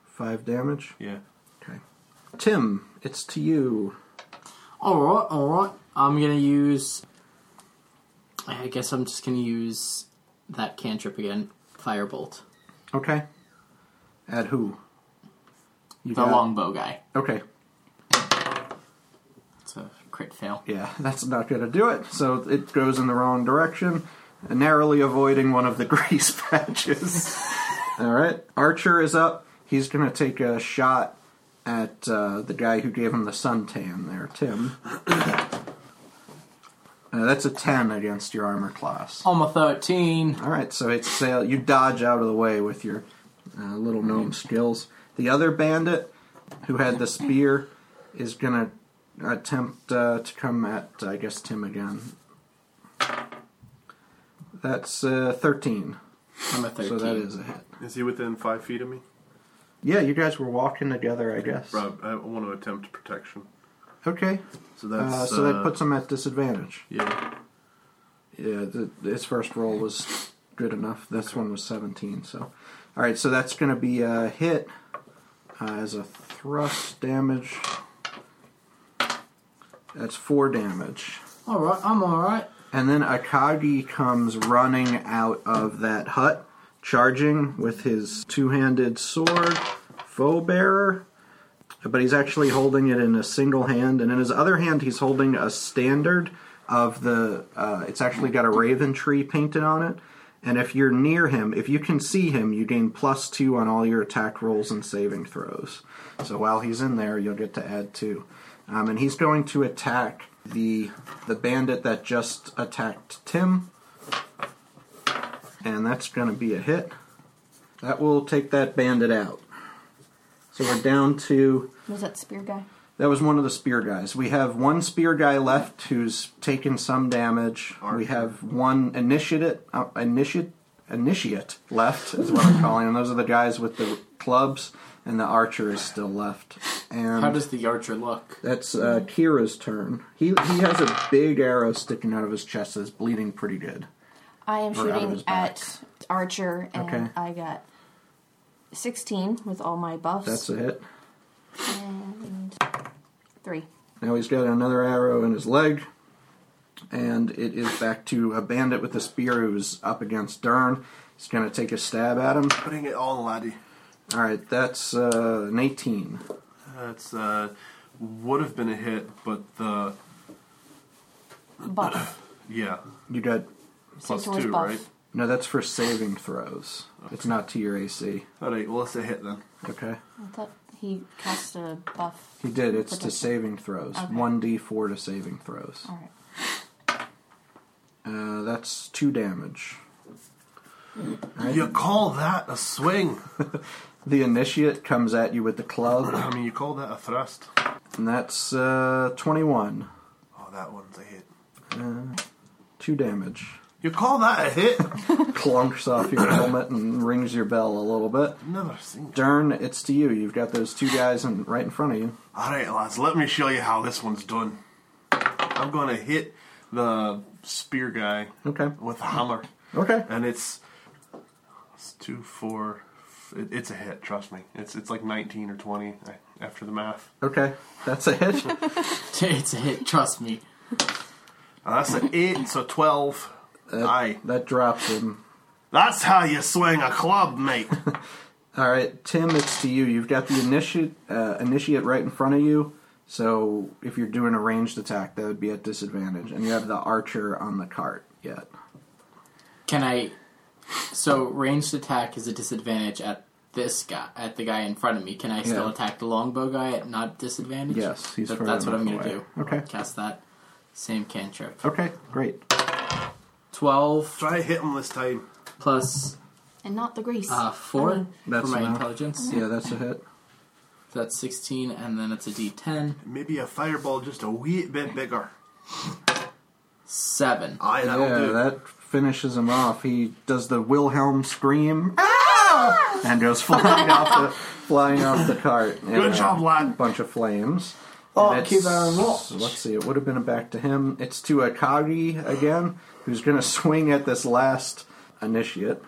[SPEAKER 2] Five damage.
[SPEAKER 8] Yeah.
[SPEAKER 2] Okay. Tim, it's to you.
[SPEAKER 4] All right, all right. I'm gonna use. I guess I'm just gonna use that cantrip again. Firebolt.
[SPEAKER 2] Okay. At who? You
[SPEAKER 4] The
[SPEAKER 2] got-
[SPEAKER 4] longbow guy.
[SPEAKER 2] Okay.
[SPEAKER 4] It's a crit fail.
[SPEAKER 2] Yeah, that's not going to do it. So it goes in the wrong direction, narrowly avoiding one of the grease patches. All right, Archer is up. He's going to take a shot at uh, the guy who gave him the suntan there, Tim. Uh, that's a 10 against your armor class.
[SPEAKER 4] I'm a 13.
[SPEAKER 2] All right, so it's sail. You dodge out of the way with your uh, little gnome skills. The other bandit who had the spear is gonna attempt uh, to come at, I guess, Tim again. That's uh, thirteen.
[SPEAKER 4] I'm a 13.
[SPEAKER 2] So that is a hit.
[SPEAKER 8] Is he within five feet of me?
[SPEAKER 2] Yeah, you guys were walking together, I guess.
[SPEAKER 8] Rob, I want to attempt protection.
[SPEAKER 2] Okay,
[SPEAKER 8] So
[SPEAKER 2] uh,
[SPEAKER 8] that's.
[SPEAKER 2] so that puts him at disadvantage.
[SPEAKER 8] Yeah.
[SPEAKER 2] Yeah, the, his first roll was good enough. This one was 17. So, all right, so that's going to be a hit uh, as a thrust damage. That's four damage.
[SPEAKER 4] All right, I'm all right.
[SPEAKER 2] And then Akagi comes running out of that hut, charging with his two handed sword, foe bearer. But he's actually holding it in a single hand, and in his other hand, he's holding a standard of the. Uh, it's actually got a raven tree painted on it. And if you're near him, if you can see him, you gain plus two on all your attack rolls and saving throws. So while he's in there, you'll get to add two. Um, and he's going to attack the the bandit that just attacked Tim. And that's going to be a hit. That will take that bandit out. So we're down to
[SPEAKER 1] Was that spear guy?
[SPEAKER 2] that was one of the spear guys. We have one spear guy left who's taken some damage. We have one initiate uh, initiate initiate left is what I'm calling. them. those are the guys with the clubs, and the archer is still left. And
[SPEAKER 4] How does the archer look?
[SPEAKER 2] that's uh, Kira's turn. He he has a big arrow sticking out of his chest that's bleeding pretty good.
[SPEAKER 1] I am
[SPEAKER 2] Or out of his
[SPEAKER 1] shooting
[SPEAKER 2] back.
[SPEAKER 1] at Archer, and
[SPEAKER 2] Okay.
[SPEAKER 1] I got 16 with all my buffs.
[SPEAKER 2] That's a hit.
[SPEAKER 1] And three.
[SPEAKER 2] Now he's got another arrow in his leg, and it is back to a bandit with a spear who's up against Dern. He's gonna take a stab at him.
[SPEAKER 8] Putting it on, laddie.
[SPEAKER 2] All right, that's uh, an 18.
[SPEAKER 8] That's. Uh, would have been a hit, but the.
[SPEAKER 1] Buff.
[SPEAKER 8] Yeah.
[SPEAKER 2] You got
[SPEAKER 8] Plus
[SPEAKER 1] Centaur's
[SPEAKER 8] two,
[SPEAKER 1] buff.
[SPEAKER 8] right?
[SPEAKER 2] no. That's for saving throws. It's not to your AC.
[SPEAKER 8] Alright, well, it's a hit then.
[SPEAKER 2] Okay,
[SPEAKER 1] I thought he cast a buff.
[SPEAKER 2] he did. It's to
[SPEAKER 1] Protection.
[SPEAKER 2] saving throws.
[SPEAKER 1] Okay.
[SPEAKER 2] One d4 to saving throws.
[SPEAKER 1] All right.
[SPEAKER 2] Uh, that's two damage.
[SPEAKER 8] You call that a swing?
[SPEAKER 2] The initiate comes at you with the club,
[SPEAKER 8] I mean, you call that a thrust.
[SPEAKER 2] and that's uh, 21.
[SPEAKER 8] Oh, that one's a hit.
[SPEAKER 2] Two damage.
[SPEAKER 8] You call that a hit?
[SPEAKER 2] Clunks off your helmet and rings your bell a little bit.
[SPEAKER 8] Never seen.
[SPEAKER 2] Dern, it's to you. You've got those two guys in, right in front of you.
[SPEAKER 8] All right, lads, let me show you how this one's done. I'm going to hit the spear guy
[SPEAKER 2] Okay.
[SPEAKER 8] with a hammer,
[SPEAKER 2] Okay.
[SPEAKER 8] and it's it's two, four. f- It, it's a hit. Trust me. It's it's like 19 or 20 I- after the math.
[SPEAKER 2] Okay. That's a hit.
[SPEAKER 4] It's a hit, trust me.
[SPEAKER 8] And that's an eight, so 12.
[SPEAKER 2] Uh,
[SPEAKER 8] Aye,
[SPEAKER 2] that drops him.
[SPEAKER 8] that's how you swing a club, mate.
[SPEAKER 2] All right, Tim, it's to you. You've got the initiate uh, initiate right in front of you. So if you're doing a ranged attack, that would be at disadvantage, and you have the archer on the cart yet.
[SPEAKER 4] Can I? So ranged attack is a disadvantage at this guy, at the guy in front of me. Can I still
[SPEAKER 2] Yeah.
[SPEAKER 4] attack the longbow guy at not disadvantage?
[SPEAKER 2] Yes, he's
[SPEAKER 4] That-
[SPEAKER 2] further
[SPEAKER 4] that's what I'm
[SPEAKER 2] enough
[SPEAKER 4] gonna
[SPEAKER 2] away.
[SPEAKER 4] do.
[SPEAKER 2] Okay.
[SPEAKER 4] Cast that same cantrip.
[SPEAKER 2] Okay, great.
[SPEAKER 4] Twelve
[SPEAKER 8] Try hit him this time.
[SPEAKER 4] plus
[SPEAKER 9] And not the grease.
[SPEAKER 4] uh, four
[SPEAKER 2] That's
[SPEAKER 4] for my
[SPEAKER 2] enough.
[SPEAKER 4] intelligence.
[SPEAKER 2] Yeah, that's a hit.
[SPEAKER 4] So that's sixteen, and then it's a D10.
[SPEAKER 8] Maybe a fireball just a wee bit bigger.
[SPEAKER 4] Seven.
[SPEAKER 8] Aye, that'll
[SPEAKER 2] yeah,
[SPEAKER 8] do.
[SPEAKER 2] that finishes him off. He does the Wilhelm scream "Ah!" and goes flying off the flying off the cart. in
[SPEAKER 8] Good
[SPEAKER 2] a
[SPEAKER 8] job, lad.
[SPEAKER 2] Bunch of flames.
[SPEAKER 4] Oh,
[SPEAKER 2] And it's-
[SPEAKER 4] keep on watch.
[SPEAKER 2] Let's see. It would have been back to him. It's to Akagi again, who's going to swing at this last initiate.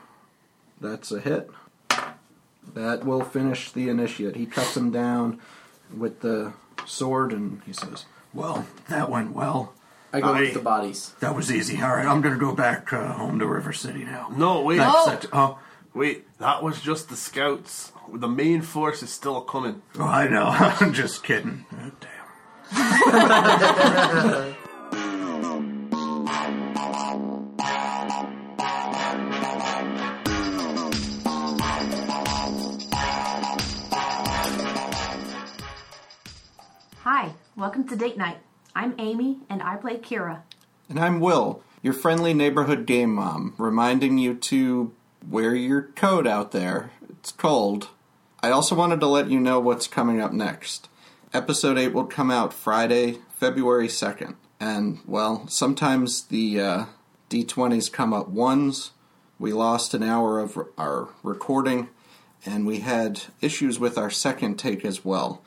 [SPEAKER 2] That's a hit. That will finish the initiate. He cuts him down with the sword, and he says,
[SPEAKER 10] Well, that went well.
[SPEAKER 4] I go
[SPEAKER 8] Aye.
[SPEAKER 4] with the bodies.
[SPEAKER 10] That was easy. All right, I'm going to go back uh, home to River City now.
[SPEAKER 8] No, wait.
[SPEAKER 10] That's it. Oh,
[SPEAKER 8] Wait, that was just the scouts. The main force is still coming.
[SPEAKER 10] oh, I know. I'm just kidding. Oh, damn.
[SPEAKER 6] Hi, welcome to Date Night. I'm Amy and I play Kira.
[SPEAKER 2] And I'm Will, your friendly neighborhood game mom, reminding you to wear your coat out there. It's cold. I also wanted to let you know what's coming up next. Episode 8 will come out Friday, February 2nd. And, well, sometimes the uh, D20s come up ones. We lost an hour of our recording, and we had issues with our second take as well.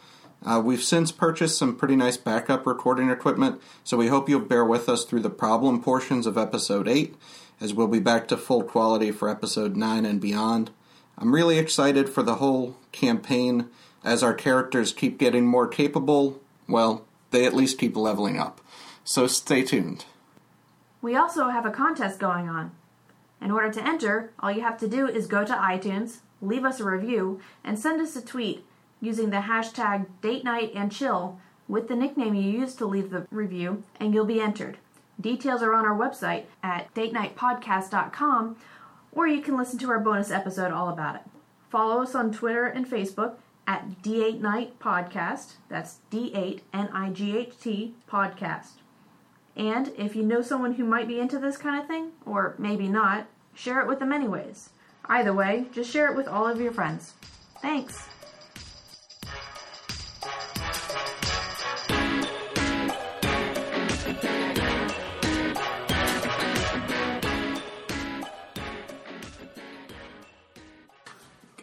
[SPEAKER 2] Uh, we've since purchased some pretty nice backup recording equipment, so we hope you'll bear with us through the problem portions of episode 8, as we'll be back to full quality for episode 9 and beyond. I'm really excited for the whole campaign, as our characters keep getting more capable. Well, they at least keep leveling up. So stay tuned.
[SPEAKER 6] We also have a contest going on. In order to enter, all you have to do is go to iTunes, leave us a review, and send us a tweet using the hashtag date night and chill with the nickname you used to leave the review, and you'll be entered. Details are on our website at datenightpodcast.com, or you can listen to our bonus episode all about it. Follow us on Twitter and Facebook at D8 Night Podcast. That's D8 N I G H T Podcast. And if you know someone who might be into this kind of thing, or maybe not, share it with them anyways. Either way, just share it with all of your friends. Thanks!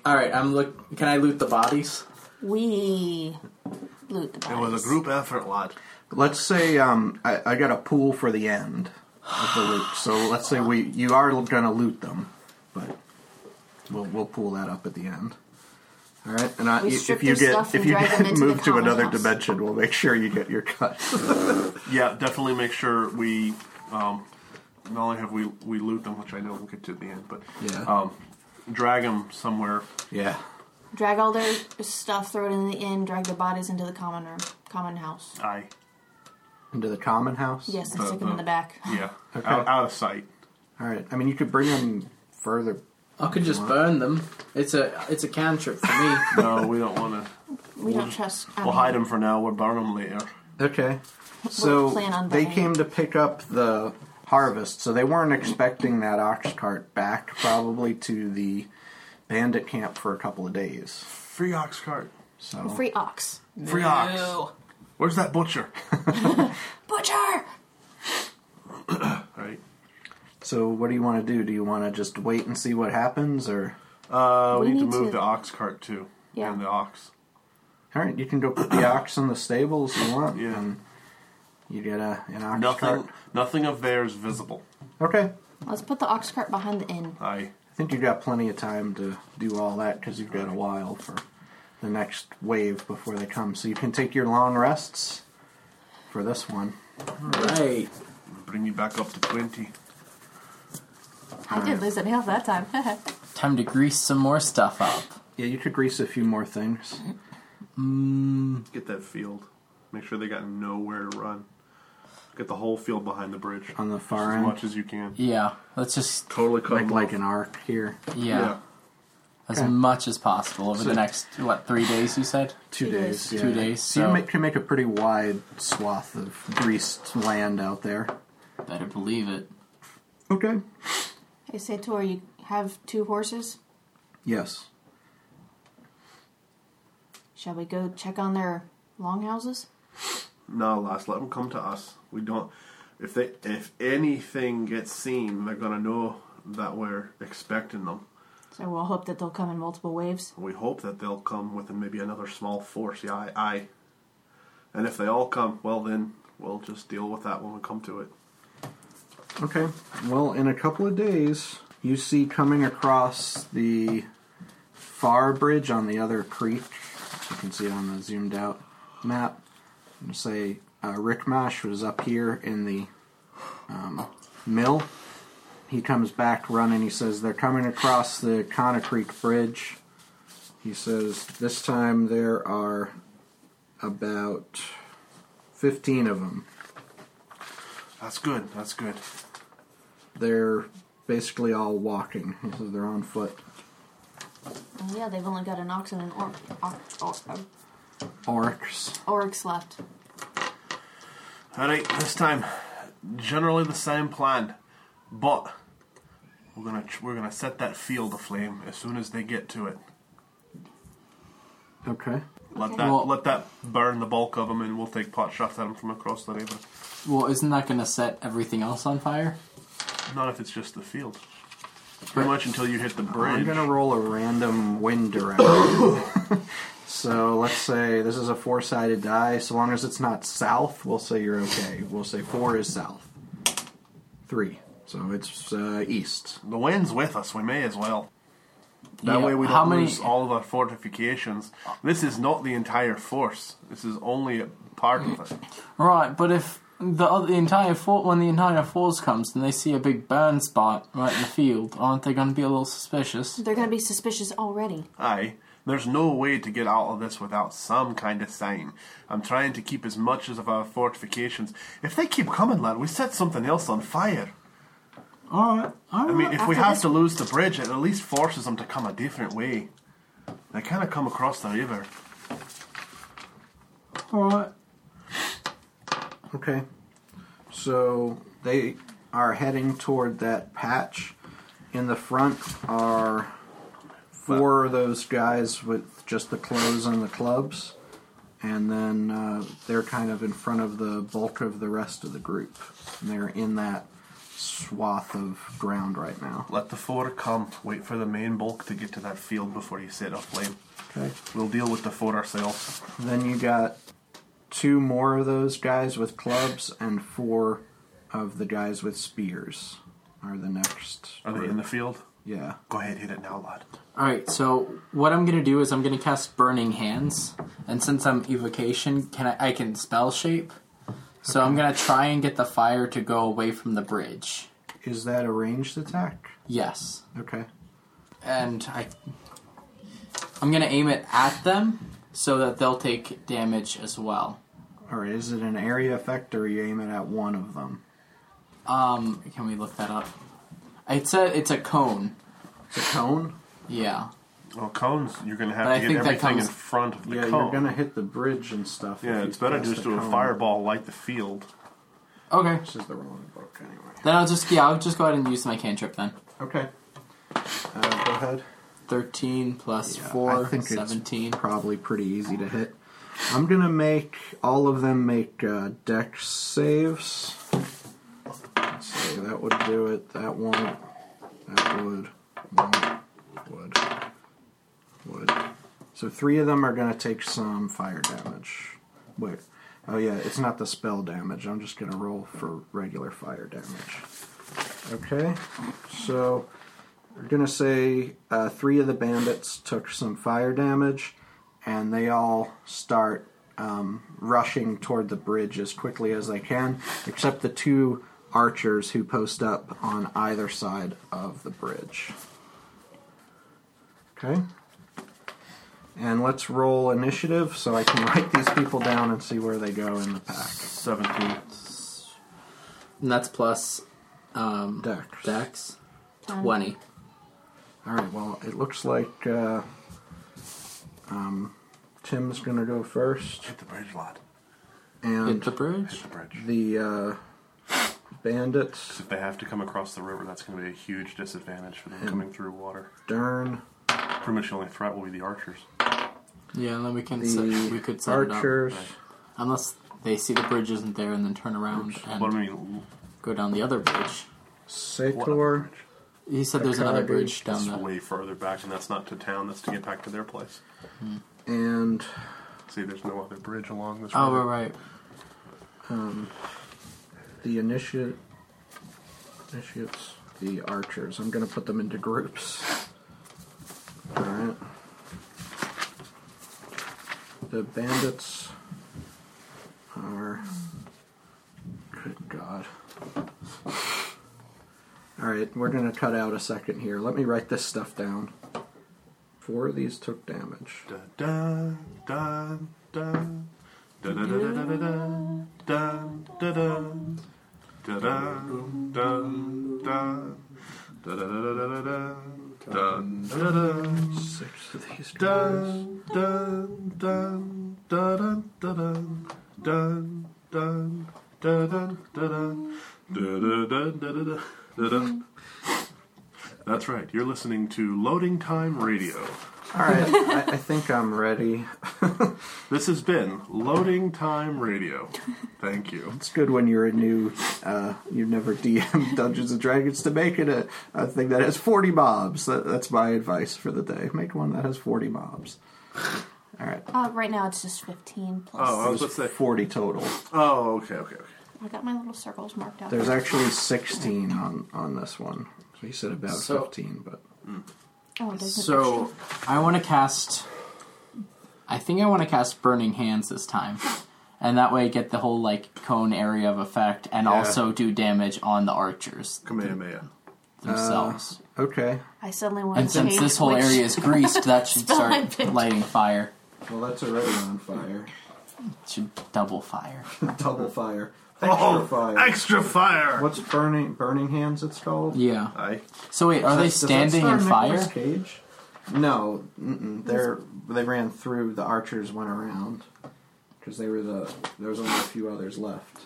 [SPEAKER 4] All right, I'm look. Can I loot the bodies?
[SPEAKER 9] we loot the
[SPEAKER 8] It was a group effort, lad.
[SPEAKER 2] Let's say um, I, I got a pool for the end of the loot. So let's say we you are going to loot them, but we'll we'll pull that up at the end. All right, and I,
[SPEAKER 9] We
[SPEAKER 2] if
[SPEAKER 9] strip
[SPEAKER 2] you
[SPEAKER 9] their
[SPEAKER 2] get
[SPEAKER 9] stuff
[SPEAKER 2] if
[SPEAKER 9] and
[SPEAKER 2] you
[SPEAKER 9] drag them
[SPEAKER 2] get
[SPEAKER 9] into the
[SPEAKER 2] moved to
[SPEAKER 9] common
[SPEAKER 2] another
[SPEAKER 9] house.
[SPEAKER 2] dimension, we'll make sure you get your cut.
[SPEAKER 8] Yeah, definitely make sure we. Um, not only have we we loot them, which I know we'll get to at the end, but
[SPEAKER 2] Yeah.
[SPEAKER 8] um, drag them somewhere.
[SPEAKER 2] yeah,
[SPEAKER 9] Drag all their stuff, throw it in the inn, drag their bodies into the common room, common house.
[SPEAKER 8] Aye.
[SPEAKER 2] into the common house.
[SPEAKER 9] Yes, and
[SPEAKER 8] The-
[SPEAKER 9] stick them in
[SPEAKER 8] the-
[SPEAKER 9] the back.
[SPEAKER 8] Yeah. Out, out of sight.
[SPEAKER 2] All right. I mean, you could bring them further.
[SPEAKER 4] I could just burn them. It's a it's a cantrip for me.
[SPEAKER 8] No, we don't want to.
[SPEAKER 9] We don't trust. um, I
[SPEAKER 8] We'll
[SPEAKER 6] Um,
[SPEAKER 9] mean,
[SPEAKER 8] hide them for now. We'll burn them later.
[SPEAKER 2] Okay. So
[SPEAKER 9] plan on
[SPEAKER 2] they
[SPEAKER 9] buying
[SPEAKER 2] came to pick up the harvest, so they weren't expecting that ox cart back probably to the bandit camp for a couple of days.
[SPEAKER 8] Free ox cart.
[SPEAKER 2] So
[SPEAKER 9] free ox.
[SPEAKER 8] Free ox. Where's that butcher?
[SPEAKER 9] Butcher.
[SPEAKER 8] right.
[SPEAKER 2] so what do you want to do? Do you want to just wait and see what happens or
[SPEAKER 8] Uh, we,
[SPEAKER 9] We
[SPEAKER 8] need,
[SPEAKER 9] need
[SPEAKER 8] to move
[SPEAKER 9] to-
[SPEAKER 8] the ox cart too.
[SPEAKER 9] Yeah.
[SPEAKER 8] And the ox.
[SPEAKER 2] All right, you can go put the ox in the stables you want
[SPEAKER 8] Yeah.
[SPEAKER 2] and you get a an ox cart.
[SPEAKER 8] Nothing. Nothing of theirs visible.
[SPEAKER 2] Okay.
[SPEAKER 9] Let's put the ox cart behind the inn.
[SPEAKER 8] Aye.
[SPEAKER 2] I think you got plenty of time to do all that cuz you've got a while for the next wave before they come. So you can take your long rests for this one.
[SPEAKER 4] Right.
[SPEAKER 8] Bring you back up to twenty.
[SPEAKER 9] I did lose any health that time.
[SPEAKER 4] Time to grease some more stuff up.
[SPEAKER 2] Yeah, you could grease a few more things.
[SPEAKER 8] Get that field. Make sure they got nowhere to run. Get the whole field behind the bridge
[SPEAKER 2] on the far
[SPEAKER 8] as
[SPEAKER 2] end,
[SPEAKER 8] much as you can.
[SPEAKER 4] Yeah, let's just
[SPEAKER 8] Totally cut
[SPEAKER 2] like
[SPEAKER 8] them
[SPEAKER 2] like
[SPEAKER 8] off.
[SPEAKER 2] an arc here.
[SPEAKER 4] yeah, as much as possible over the next what three days? You said
[SPEAKER 2] Two
[SPEAKER 6] days.
[SPEAKER 2] days, yeah.
[SPEAKER 4] Two days,
[SPEAKER 2] So,
[SPEAKER 4] so-
[SPEAKER 2] you make, can make a pretty wide swath of greased land out there.
[SPEAKER 4] better believe it.
[SPEAKER 2] Okay.
[SPEAKER 6] Hey, Sator, you have two horses?
[SPEAKER 2] Yes.
[SPEAKER 6] Shall we go check on their longhouses?
[SPEAKER 8] No, lass, let them come to us. We don't. If they, if anything gets seen, they're gonna know that we're expecting them.
[SPEAKER 6] So we'll hope that they'll come in multiple waves.
[SPEAKER 8] We hope that they'll come with maybe another small force. Yeah, I, I. And if they all come, well then we'll just deal with that when we come to it.
[SPEAKER 2] Okay. Well, in a couple of days, you see coming across the far bridge on the other creek. You can see on the zoomed out map. You say uh, Rick Mash was up here in the um, mill. He comes back running. He says they're coming across the Connor Creek Bridge. He says this time there are about 15 of them.
[SPEAKER 8] That's good. That's good.
[SPEAKER 2] they're basically all walking. He says they're on foot.
[SPEAKER 6] Oh, yeah, they've only got an ox and an or- or- or-
[SPEAKER 2] Orcs.
[SPEAKER 6] oryx left.
[SPEAKER 8] All right, this time, generally the same plan, but we're gonna we're gonna set that field aflame as soon as they get to it.
[SPEAKER 2] Okay.
[SPEAKER 8] Let that
[SPEAKER 4] Well-
[SPEAKER 8] let that burn the bulk of them, and we'll take pot shots at them from across the river.
[SPEAKER 4] Well, isn't that going to set everything else on fire?
[SPEAKER 8] Not if it's just the field. Pretty much until you hit the
[SPEAKER 2] I'm
[SPEAKER 8] bridge.
[SPEAKER 2] gonna roll a random wind direction. so let's say this is a four-sided die. So long as it's not south, we'll say you're okay. We'll say four is south. Three. So it's uh, east.
[SPEAKER 8] The wind's with us. We may as well. That
[SPEAKER 4] Yeah,
[SPEAKER 8] way we
[SPEAKER 4] how
[SPEAKER 8] don't
[SPEAKER 4] many-
[SPEAKER 8] lose all of our fortifications. This is not the entire force. This is only a part of it.
[SPEAKER 4] Right, but if the, other, the entire fort, when the entire force comes and they see a big burn spot right in the field, aren't they going to be a little suspicious?
[SPEAKER 6] They're going to be suspicious already.
[SPEAKER 8] Aye. There's no way to get out of this without some kind of sign. I'm trying to keep as much as of our fortifications. If they keep coming, lad, we set something else on fire.
[SPEAKER 4] All right, all right.
[SPEAKER 8] I mean, if we
[SPEAKER 6] after
[SPEAKER 8] have
[SPEAKER 6] this-
[SPEAKER 8] to lose the bridge, it at least forces them to come a different way. They kind of come across the river.
[SPEAKER 4] all right.
[SPEAKER 2] Okay. So they are heading toward that patch. In the front are four of those guys with just the clothes and the clubs. And then uh, they're kind of in front of the bulk of the rest of the group. And they're in that swath of ground right now.
[SPEAKER 8] Let the four come. Wait for the main bulk to get to that field before you set aflame.
[SPEAKER 2] Okay.
[SPEAKER 8] We'll deal with the four ourselves.
[SPEAKER 2] Then you got two more of those guys with clubs and four of the guys with spears are the next.
[SPEAKER 8] Are they in the field?
[SPEAKER 2] Yeah.
[SPEAKER 8] Go ahead, hit it now, lad.
[SPEAKER 4] All right. So what I'm going to do is I'm going to cast Burning Hands, and since I'm evocation, can I, I can spell shape. So I'm going to try and get the fire to go away from the bridge.
[SPEAKER 2] Is that a ranged attack?
[SPEAKER 4] Yes.
[SPEAKER 2] Okay.
[SPEAKER 4] and I, I'm gonna aim it at them so that they'll take damage as well.
[SPEAKER 2] Or is it an area effect or you aim it at one of them?
[SPEAKER 4] Um, can we look that up? It's a it's a cone.
[SPEAKER 2] It's a cone?
[SPEAKER 4] Yeah.
[SPEAKER 8] Well, cones, you're going to have
[SPEAKER 4] But I
[SPEAKER 8] to get
[SPEAKER 4] think that
[SPEAKER 8] everything
[SPEAKER 4] comes-
[SPEAKER 8] in front of the
[SPEAKER 2] yeah,
[SPEAKER 8] cone.
[SPEAKER 2] you're gonna hit the bridge and stuff.
[SPEAKER 8] Yeah,
[SPEAKER 2] if you
[SPEAKER 8] it's better to
[SPEAKER 2] cast
[SPEAKER 8] just do a
[SPEAKER 2] cone.
[SPEAKER 8] fireball like the field.
[SPEAKER 4] Okay.
[SPEAKER 2] This is the wrong book anyway.
[SPEAKER 4] Then I'll just yeah I'll just go ahead and use my cantrip then.
[SPEAKER 2] Okay. Uh, go ahead.
[SPEAKER 4] Thirteen plus
[SPEAKER 2] Yeah,
[SPEAKER 4] four,
[SPEAKER 2] I think it's
[SPEAKER 4] 17.
[SPEAKER 2] probably pretty easy to hit. I'm gonna make all of them make uh, dex saves. So that would do it. That won't. That would. Won't. Would. Would. So three of them are gonna take some fire damage. Wait. Oh yeah, it's not the spell damage. I'm just gonna roll for regular fire damage. Okay. So. We're gonna say uh, three of the bandits took some fire damage, and they all start um, rushing toward the bridge as quickly as they can, except the two archers who post up on either side of the bridge. Okay. And let's roll initiative so I can write these people down and see where they go in the pack.
[SPEAKER 8] 17.
[SPEAKER 4] And that's plus um,
[SPEAKER 2] Dex.
[SPEAKER 4] Dex. 20.
[SPEAKER 2] All right. Well, it looks like uh, um, Tim's gonna go first,
[SPEAKER 8] Hit the bridge, lad.
[SPEAKER 2] and
[SPEAKER 4] Hit the bridge.
[SPEAKER 8] Hit the bridge.
[SPEAKER 2] the uh, bandits
[SPEAKER 8] If they have to come across the river, that's going to be a huge disadvantage for them coming through water.
[SPEAKER 2] Dern,
[SPEAKER 8] Pretty much the only threat will be the archers.
[SPEAKER 4] Yeah, and then we can set, we
[SPEAKER 2] the
[SPEAKER 4] could set
[SPEAKER 2] archers.
[SPEAKER 8] Right.
[SPEAKER 4] it up. Unless they see the bridge isn't there and then turn around and
[SPEAKER 8] What do I mean?
[SPEAKER 4] go down the other bridge.
[SPEAKER 8] What other
[SPEAKER 2] Sator,
[SPEAKER 8] bridge?
[SPEAKER 4] He said there's another
[SPEAKER 2] Akagi.
[SPEAKER 4] bridge down
[SPEAKER 8] It's
[SPEAKER 4] there.
[SPEAKER 8] way further back, and that's not to town. That's to get back to their place.
[SPEAKER 2] and
[SPEAKER 8] See, there's no other bridge along this
[SPEAKER 4] Oh,
[SPEAKER 8] river.
[SPEAKER 4] right, right.
[SPEAKER 2] the initiate initiates the archers. I'm gonna put them into groups. All right. The bandits are. Good God. All right, we're gonna cut out a second here. Let me write this stuff down. Four of these took damage.
[SPEAKER 8] Dun, dun, dun. Dun, dun, dun, dun, dun, dun. Dun, dun, dun. Dun, dun, dun, dun. Dun, dun, dun, dun, dun, dun. Dun, dun, dun.
[SPEAKER 2] Six of these. damage.
[SPEAKER 8] Dun, dun, dun, dun, dun, dun, dun, dun, dun, dun, dun, dun, dun, dun, dun, dun, dun, dun, dun. That's right. You're listening to Loading Time Radio.
[SPEAKER 2] All right, I, I think I'm ready.
[SPEAKER 8] This has been Loading Time Radio. Thank you.
[SPEAKER 2] It's good when you're a new, uh, you never DM Dungeons and Dragons to make it a, a thing that has 40 mobs. That, that's my advice for the day. Make one that has 40 mobs. All right,
[SPEAKER 6] Uh, right now it's just 15 plus.
[SPEAKER 8] Oh, I was going to say.
[SPEAKER 2] 40 total.
[SPEAKER 8] Oh, okay, okay. okay.
[SPEAKER 6] I got my little circles marked out.
[SPEAKER 2] There's actually 16 on on this one. So you said about
[SPEAKER 4] So-
[SPEAKER 2] 15, but
[SPEAKER 6] oh, there's an
[SPEAKER 4] So, I want to cast. I think I want to cast Burning Hands this time. And that way get the whole, like, cone area of effect and also do damage on the archers
[SPEAKER 8] Kamehameha.
[SPEAKER 4] themselves.
[SPEAKER 2] okay.
[SPEAKER 6] extra- I suddenly want
[SPEAKER 4] And
[SPEAKER 6] to
[SPEAKER 4] since
[SPEAKER 6] change
[SPEAKER 4] this whole
[SPEAKER 6] which-
[SPEAKER 4] area is greased, that should
[SPEAKER 6] Spell I
[SPEAKER 4] start
[SPEAKER 6] picked.
[SPEAKER 4] lighting fire.
[SPEAKER 2] Well, that's already on fire.
[SPEAKER 4] It should double fire.
[SPEAKER 2] Double fire.
[SPEAKER 8] Oh,
[SPEAKER 2] Extra fire.
[SPEAKER 8] extra fire!
[SPEAKER 2] What's burning burning hands? It's called.
[SPEAKER 4] Yeah.
[SPEAKER 8] I
[SPEAKER 4] So wait, are they
[SPEAKER 2] Does that
[SPEAKER 4] standing
[SPEAKER 2] start
[SPEAKER 4] in
[SPEAKER 2] Nicolas
[SPEAKER 4] fire?
[SPEAKER 2] Cage? No, mm-mm. they're they ran through. The archers went around because they were the. There was only a few others left.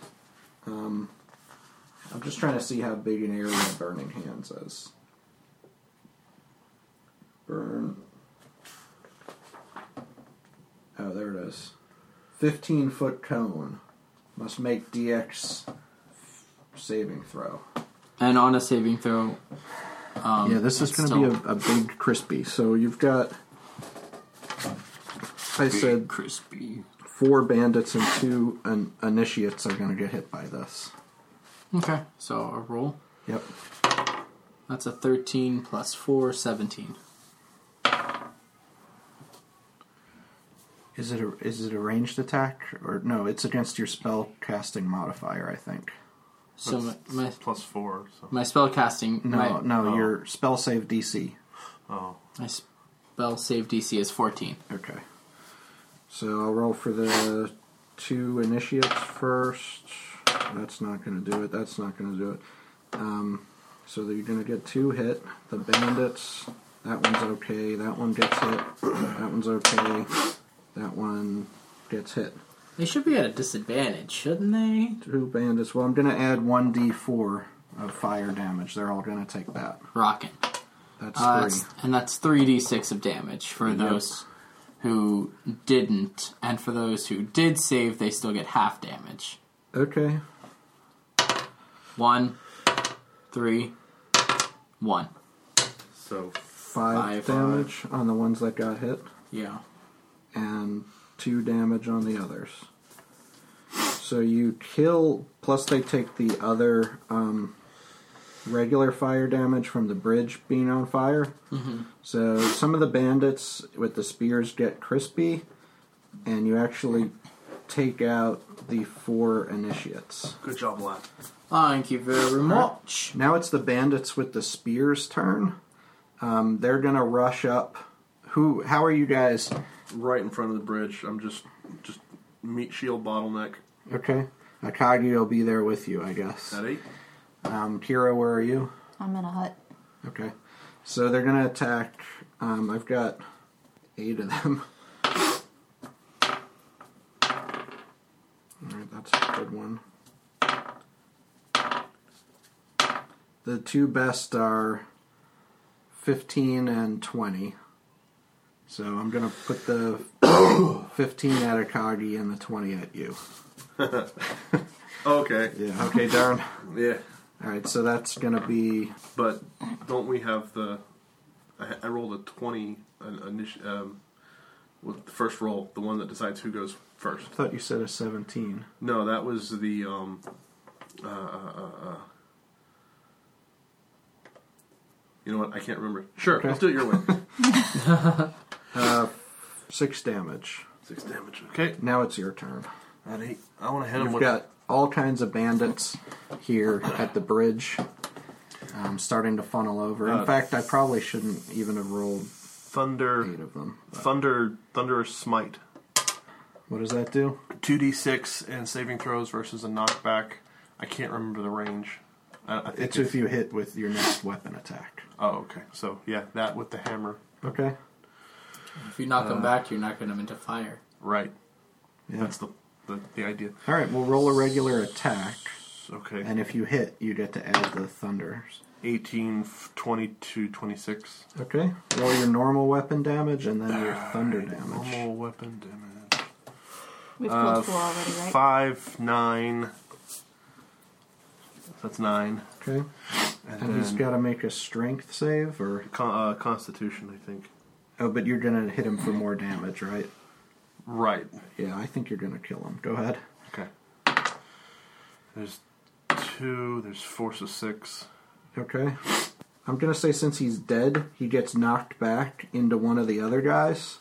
[SPEAKER 2] Um, I'm just trying to see how big an area Burning Hands is. Burn. Oh, there it is. 15 foot cone. Must make DX saving throw.
[SPEAKER 4] And on a saving throw. Um,
[SPEAKER 2] Yeah, this is going
[SPEAKER 4] it's
[SPEAKER 2] to be
[SPEAKER 4] still
[SPEAKER 2] a, a big crispy. So you've got, I said,
[SPEAKER 4] crispy.
[SPEAKER 2] four bandits and two an, initiates are going to get hit by this.
[SPEAKER 4] Okay, so a roll.
[SPEAKER 2] Yep.
[SPEAKER 4] That's a 13 plus 4, 17.
[SPEAKER 2] Is it a is it a ranged attack or no? It's against your spell casting modifier, I think.
[SPEAKER 4] So my, my,
[SPEAKER 8] plus four. So.
[SPEAKER 4] my spell casting.
[SPEAKER 2] No,
[SPEAKER 4] my,
[SPEAKER 2] no, your spell save DC.
[SPEAKER 8] Oh,
[SPEAKER 4] my spell save DC is 14.
[SPEAKER 2] Okay. So I'll roll for the two initiates first. That's not going to do it. That's not going to do it. Um, so that you're going to get two hit. The bandits. That one's okay. That one gets hit. That one's okay. That one gets hit.
[SPEAKER 4] They should be at a disadvantage, shouldn't they?
[SPEAKER 2] Two bandits. Well, I'm going to add 1d4 of fire damage. They're all going to take that.
[SPEAKER 4] Rockin'.
[SPEAKER 2] That's
[SPEAKER 4] Uh,
[SPEAKER 2] three.
[SPEAKER 4] that's- and that's 3d6 of damage for those who didn't, and for those who did save, they still get half damage.
[SPEAKER 2] Okay.
[SPEAKER 4] One, three, one.
[SPEAKER 8] so
[SPEAKER 2] Five,
[SPEAKER 4] Five,
[SPEAKER 2] damage on the ones that got hit.
[SPEAKER 4] Yeah.
[SPEAKER 2] and two damage on the others. So you kill, plus they take the other um, regular fire damage from the bridge being on fire. So some of the bandits with the spears get crispy, and you actually take out the four initiates.
[SPEAKER 8] good job, lad.
[SPEAKER 4] Thank you very much.
[SPEAKER 2] Now it's the bandits with the spears' turn. Um, they're going to rush up Who? How are you guys?
[SPEAKER 8] Right in front of the bridge. I'm just just meat shield bottleneck.
[SPEAKER 2] Okay. Akagi will be there with you, I guess.
[SPEAKER 8] At eight.
[SPEAKER 2] Um, Kira, where are you?
[SPEAKER 6] I'm in a hut.
[SPEAKER 2] Okay. So they're gonna attack. Um, I've got eight of them. Alright, that's a good one. The two best are 15 and 20. So I'm gonna put the 15 at Akagi and the 20 at you.
[SPEAKER 8] Oh, Okay.
[SPEAKER 2] Yeah, okay, Darren.
[SPEAKER 8] Yeah.
[SPEAKER 2] Alright, so that's gonna be.
[SPEAKER 8] But don't we have the? I, I rolled a twenty. An, initi um, with the first roll, the one that decides who goes first.
[SPEAKER 2] I thought you said a 17.
[SPEAKER 8] No, that was the um, uh, uh, uh, uh, you know what? I can't remember. Sure,
[SPEAKER 2] Okay.
[SPEAKER 8] let's do it your way.
[SPEAKER 2] Six damage.
[SPEAKER 8] Six damage. Okay.
[SPEAKER 2] Now it's your turn.
[SPEAKER 8] At eight, I want to hit him
[SPEAKER 2] You've
[SPEAKER 8] with.
[SPEAKER 2] got all kinds of bandits here at the bridge, um, starting to funnel over. In
[SPEAKER 8] Uh,
[SPEAKER 2] fact, I probably shouldn't even have rolled eight
[SPEAKER 8] Thunder,
[SPEAKER 2] of them.
[SPEAKER 8] thunder, thunderous smite.
[SPEAKER 2] What does that do?
[SPEAKER 8] Two d six and saving throws versus a knockback. I can't remember the range. I, I think
[SPEAKER 2] It's if you hit with your next weapon attack.
[SPEAKER 8] Oh, okay. So yeah, that with the hammer.
[SPEAKER 2] Okay.
[SPEAKER 4] If you knock them back, you're knocking them into fire.
[SPEAKER 8] Right.
[SPEAKER 2] Yeah.
[SPEAKER 8] That's the, the the idea.
[SPEAKER 2] All right, we'll roll a regular attack,
[SPEAKER 8] Okay.
[SPEAKER 2] and if you hit, you get to add the thunders.
[SPEAKER 8] 18, f- 22, 26.
[SPEAKER 2] Okay. Uh, Roll your normal weapon damage and then your thunder damage.
[SPEAKER 8] Normal weapon damage.
[SPEAKER 6] We've
[SPEAKER 8] Uh,
[SPEAKER 6] killed four already, right?
[SPEAKER 8] 5, 9. That's 9.
[SPEAKER 2] Okay.
[SPEAKER 8] And,
[SPEAKER 2] And he's
[SPEAKER 8] then
[SPEAKER 2] got to make a strength save, or
[SPEAKER 8] con- uh, Constitution, I think.
[SPEAKER 2] oh, but you're gonna hit him for more damage, right?
[SPEAKER 8] Right.
[SPEAKER 2] Yeah, I think you're gonna kill him. Go ahead.
[SPEAKER 8] Okay. There's 2, there's Force of 6.
[SPEAKER 2] Okay. I'm gonna say since he's dead, he gets knocked back into one of the other guys.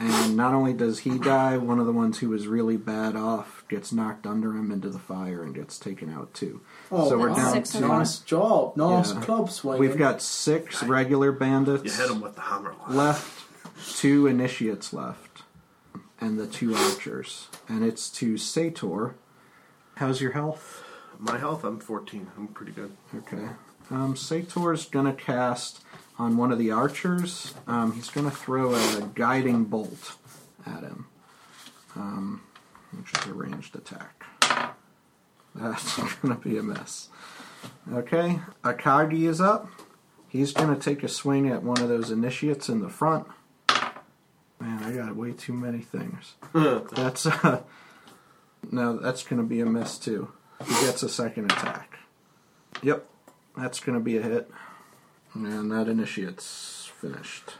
[SPEAKER 2] And not only does he die, one of the ones who was really bad off gets knocked under him into the fire and gets taken out too. so we're
[SPEAKER 6] Oh, wow.
[SPEAKER 2] down
[SPEAKER 6] Six
[SPEAKER 2] to
[SPEAKER 6] of them.
[SPEAKER 4] Nice job. Nice
[SPEAKER 2] Yeah.
[SPEAKER 4] club swinging.
[SPEAKER 2] we've got six regular bandits
[SPEAKER 8] with the hammer.
[SPEAKER 2] left, two initiates left, and the two archers. And it's to Sator. How's your health?
[SPEAKER 8] My health, I'm 14. I'm pretty good.
[SPEAKER 2] Okay. Um, Sator's gonna cast on one of the archers. Um, he's gonna throw a guiding bolt at him, um, which is a ranged attack. That's gonna be a mess. Okay, Akagi is up. He's gonna take a swing at one of those initiates in the front. Man, I got way too many things. that's uh, no, that's gonna be a miss too. He gets a second attack. Yep. That's going to be a hit. And that initiate's finished.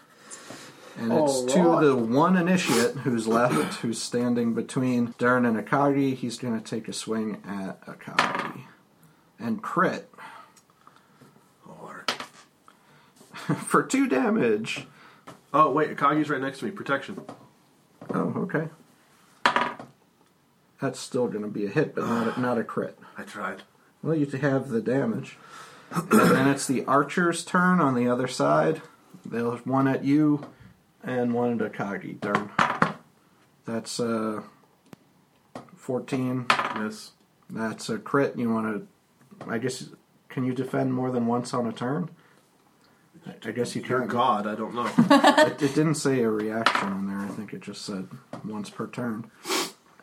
[SPEAKER 2] And it's to the one initiate who's left, who's standing between Darren and Akagi. He's going to take a swing at Akagi. And crit
[SPEAKER 8] Or...
[SPEAKER 2] for two damage.
[SPEAKER 8] Oh, wait. Akagi's right next to me. Protection.
[SPEAKER 2] Oh, okay. That's still going to be a hit, but not a, not a crit.
[SPEAKER 8] I tried.
[SPEAKER 2] Well, you have the damage. and then it's the archer's turn on the other side. They'll have one at you and one at Akagi. Darn. That's uh, 14.
[SPEAKER 8] Miss.
[SPEAKER 2] That's a crit. You want to. I guess. Can you defend more than once on a turn? I- I guess you
[SPEAKER 8] You're
[SPEAKER 2] can.
[SPEAKER 8] God. I don't know.
[SPEAKER 2] It, it didn't say a reaction on there. I think it just said once per turn.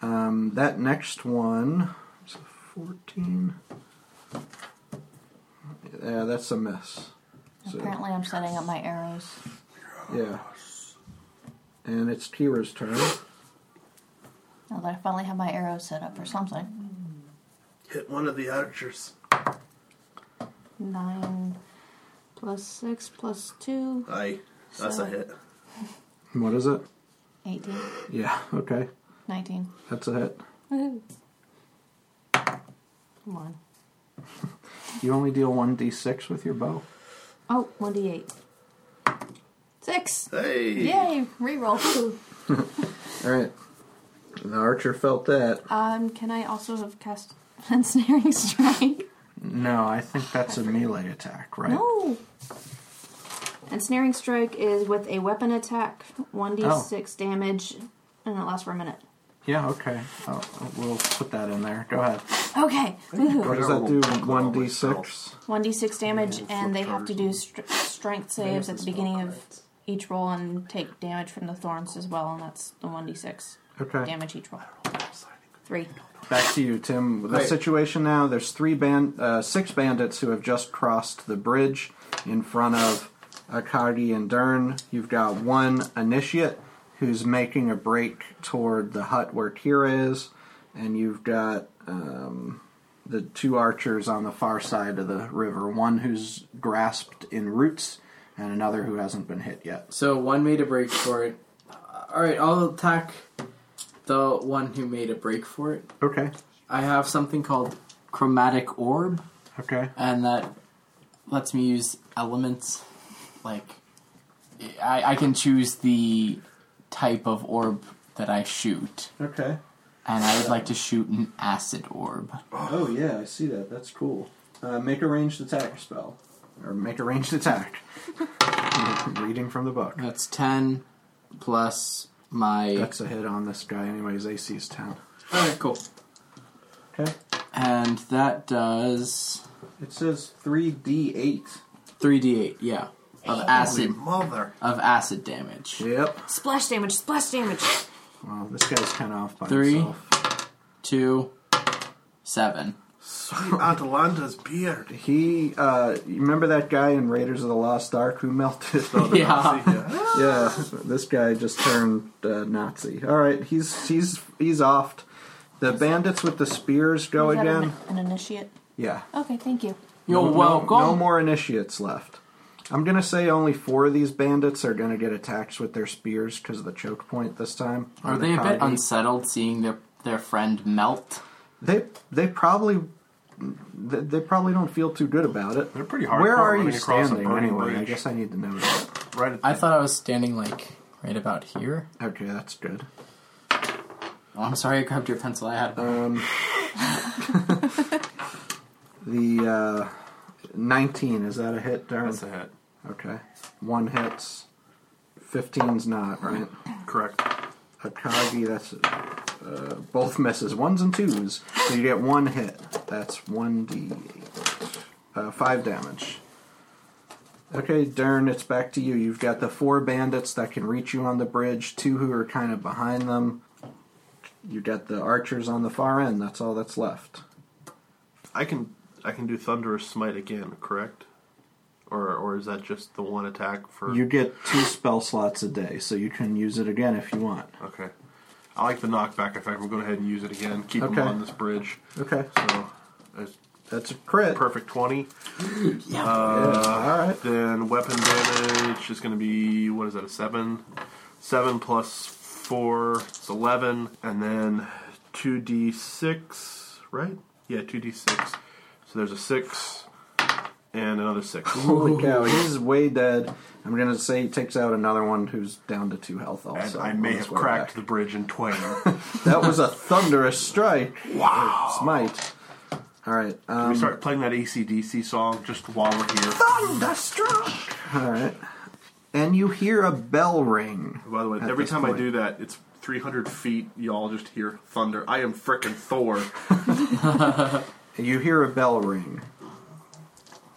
[SPEAKER 2] Um, that next one is a 14. Yeah, that's a miss. So,
[SPEAKER 6] Apparently, I'm setting up my arrows.
[SPEAKER 2] yeah. And it's Kira's turn.
[SPEAKER 6] Now that I finally have my arrows set up for something.
[SPEAKER 8] Hit one of the archers.
[SPEAKER 6] Nine plus six plus two.
[SPEAKER 8] Aye. That's
[SPEAKER 6] So-
[SPEAKER 8] a hit.
[SPEAKER 2] What is it?
[SPEAKER 6] 18.
[SPEAKER 2] Yeah, okay.
[SPEAKER 6] 19.
[SPEAKER 2] That's a hit.
[SPEAKER 6] Woohoo. Come on.
[SPEAKER 2] You only deal 1d6 with your bow.
[SPEAKER 6] Oh, 1d8. Six!
[SPEAKER 8] Hey!
[SPEAKER 6] Yay! Reroll.
[SPEAKER 2] Alright. The archer felt that.
[SPEAKER 6] um, can I also have cast Ensnaring Strike?
[SPEAKER 2] No, I think that's a melee attack, right?
[SPEAKER 6] No! Ensnaring strike is with a weapon attack, 1d6
[SPEAKER 2] Oh.
[SPEAKER 6] damage, and it lasts for a minute.
[SPEAKER 11] Yeah, okay. Oh, we'll put that in there. Go ahead.
[SPEAKER 6] Okay. woohoo.
[SPEAKER 2] What does that do? 1d6?
[SPEAKER 6] 1d6 damage, and they have to do str- strength saves at the beginning of each roll and take damage from the thorns as well, and that's the 1d6
[SPEAKER 2] Okay.
[SPEAKER 6] damage each roll. Three.
[SPEAKER 2] Back to you, Tim. The
[SPEAKER 4] Great.
[SPEAKER 2] situation now: there's three band, uh, six bandits who have just crossed the bridge in front of Akagi and Dern. You've got one initiate who's making a break toward the hut where Kira is, and you've got um, the two archers on the far side of the river. One who's grasped in roots, and another who hasn't been hit yet.
[SPEAKER 4] So one made a break for it. All right, I'll attack the one who made a break for it.
[SPEAKER 2] Okay.
[SPEAKER 4] I have something called chromatic orb,
[SPEAKER 2] Okay.
[SPEAKER 4] and that lets me use elements. Like, I, I can choose the type of orb that I shoot,
[SPEAKER 2] Okay.
[SPEAKER 4] and I would like to shoot an acid orb.
[SPEAKER 2] Oh yeah, I see that. That's cool. Uh, make a ranged attack spell, or make a ranged attack. Reading from the book.
[SPEAKER 4] That's ten plus my.
[SPEAKER 2] That's a hit on this guy, anyways. AC is ten.
[SPEAKER 4] all right, cool.
[SPEAKER 2] Okay.
[SPEAKER 4] And that does
[SPEAKER 2] It says three d eight.
[SPEAKER 4] three d eight. Yeah, of acid
[SPEAKER 8] Mother.
[SPEAKER 4] of acid damage.
[SPEAKER 2] Yep.
[SPEAKER 6] Splash damage, splash damage.
[SPEAKER 2] Well, this guy's kind of off by
[SPEAKER 4] Three.
[SPEAKER 2] himself.
[SPEAKER 4] Two, seven.
[SPEAKER 8] Sweet Atalanta's beard.
[SPEAKER 2] He, uh, you remember that guy in Raiders of the Lost Ark who melted?
[SPEAKER 4] Yeah.
[SPEAKER 2] yeah, this guy just turned uh, Nazi. All right, he's he's he's offed. The bandits with the spears go
[SPEAKER 6] Is that
[SPEAKER 2] again.
[SPEAKER 6] an, an initiate?
[SPEAKER 2] Yeah.
[SPEAKER 6] Okay, thank you.
[SPEAKER 4] You're
[SPEAKER 2] No-
[SPEAKER 4] welcome.
[SPEAKER 2] No, no more initiates left. I'm gonna say only four of these bandits are gonna get attacked with their spears because of the choke point this time.
[SPEAKER 4] Are
[SPEAKER 2] On
[SPEAKER 4] they a bit
[SPEAKER 2] Akagi.
[SPEAKER 4] unsettled seeing their their friend melt?
[SPEAKER 2] They they probably they, they probably don't feel too good about it.
[SPEAKER 8] They're pretty hard.
[SPEAKER 2] Where are you standing anyway? I guess I need to know that.
[SPEAKER 8] Right at the,
[SPEAKER 4] I thought I was standing like right about here.
[SPEAKER 2] Okay, that's good.
[SPEAKER 4] Oh, I'm sorry, I grabbed your pencil. I had
[SPEAKER 2] The uh, 19 is that a hit, Darren?
[SPEAKER 8] that's a hit.
[SPEAKER 2] Okay, one hits. 15's not right.
[SPEAKER 8] Correct.
[SPEAKER 2] Akagi, that's uh, both misses. Ones and twos. So you get one hit. That's 1d8. Uh, 5 damage. Okay, Dern, it's back to you. You've got the four bandits that can reach you on the bridge, two who are kind of behind them. You got the archers on the far end. That's all that's left.
[SPEAKER 8] I can I can do thunderous smite again. Correct. Or or is that just the one attack for?
[SPEAKER 2] You get two spell slots a day, so you can use it again if you want.
[SPEAKER 8] Okay. I like the knockback effect. We'll go ahead and use it again. Keep
[SPEAKER 2] Okay.
[SPEAKER 8] them on this bridge.
[SPEAKER 2] Okay,
[SPEAKER 8] So it's
[SPEAKER 2] that's a crit. Uh,
[SPEAKER 8] perfect twenty.
[SPEAKER 2] all right.
[SPEAKER 8] Then weapon damage is going to be what is that? A seven, seven plus four. It's eleven, and then two d six, right? Yeah, two d six. So there's a six and another six.
[SPEAKER 2] Holy cow, he's way dead. I'm gonna say he takes out another one who's down to two health.
[SPEAKER 8] And
[SPEAKER 2] Also,
[SPEAKER 8] I may
[SPEAKER 2] on his
[SPEAKER 8] have
[SPEAKER 2] way
[SPEAKER 8] cracked the
[SPEAKER 2] back.
[SPEAKER 8] bridge in twain.
[SPEAKER 2] That was a thunderous strike. wow, smite. All right,
[SPEAKER 8] we
[SPEAKER 2] um,
[SPEAKER 8] start playing that ACDC song just while we're here.
[SPEAKER 2] all right. And you hear a bell ring.
[SPEAKER 8] By the way,
[SPEAKER 2] At
[SPEAKER 8] every
[SPEAKER 2] this
[SPEAKER 8] time
[SPEAKER 2] point.
[SPEAKER 8] I do that, it's 300 feet. Y'all just hear thunder. I am frickin' Thor.
[SPEAKER 2] You hear a bell ring.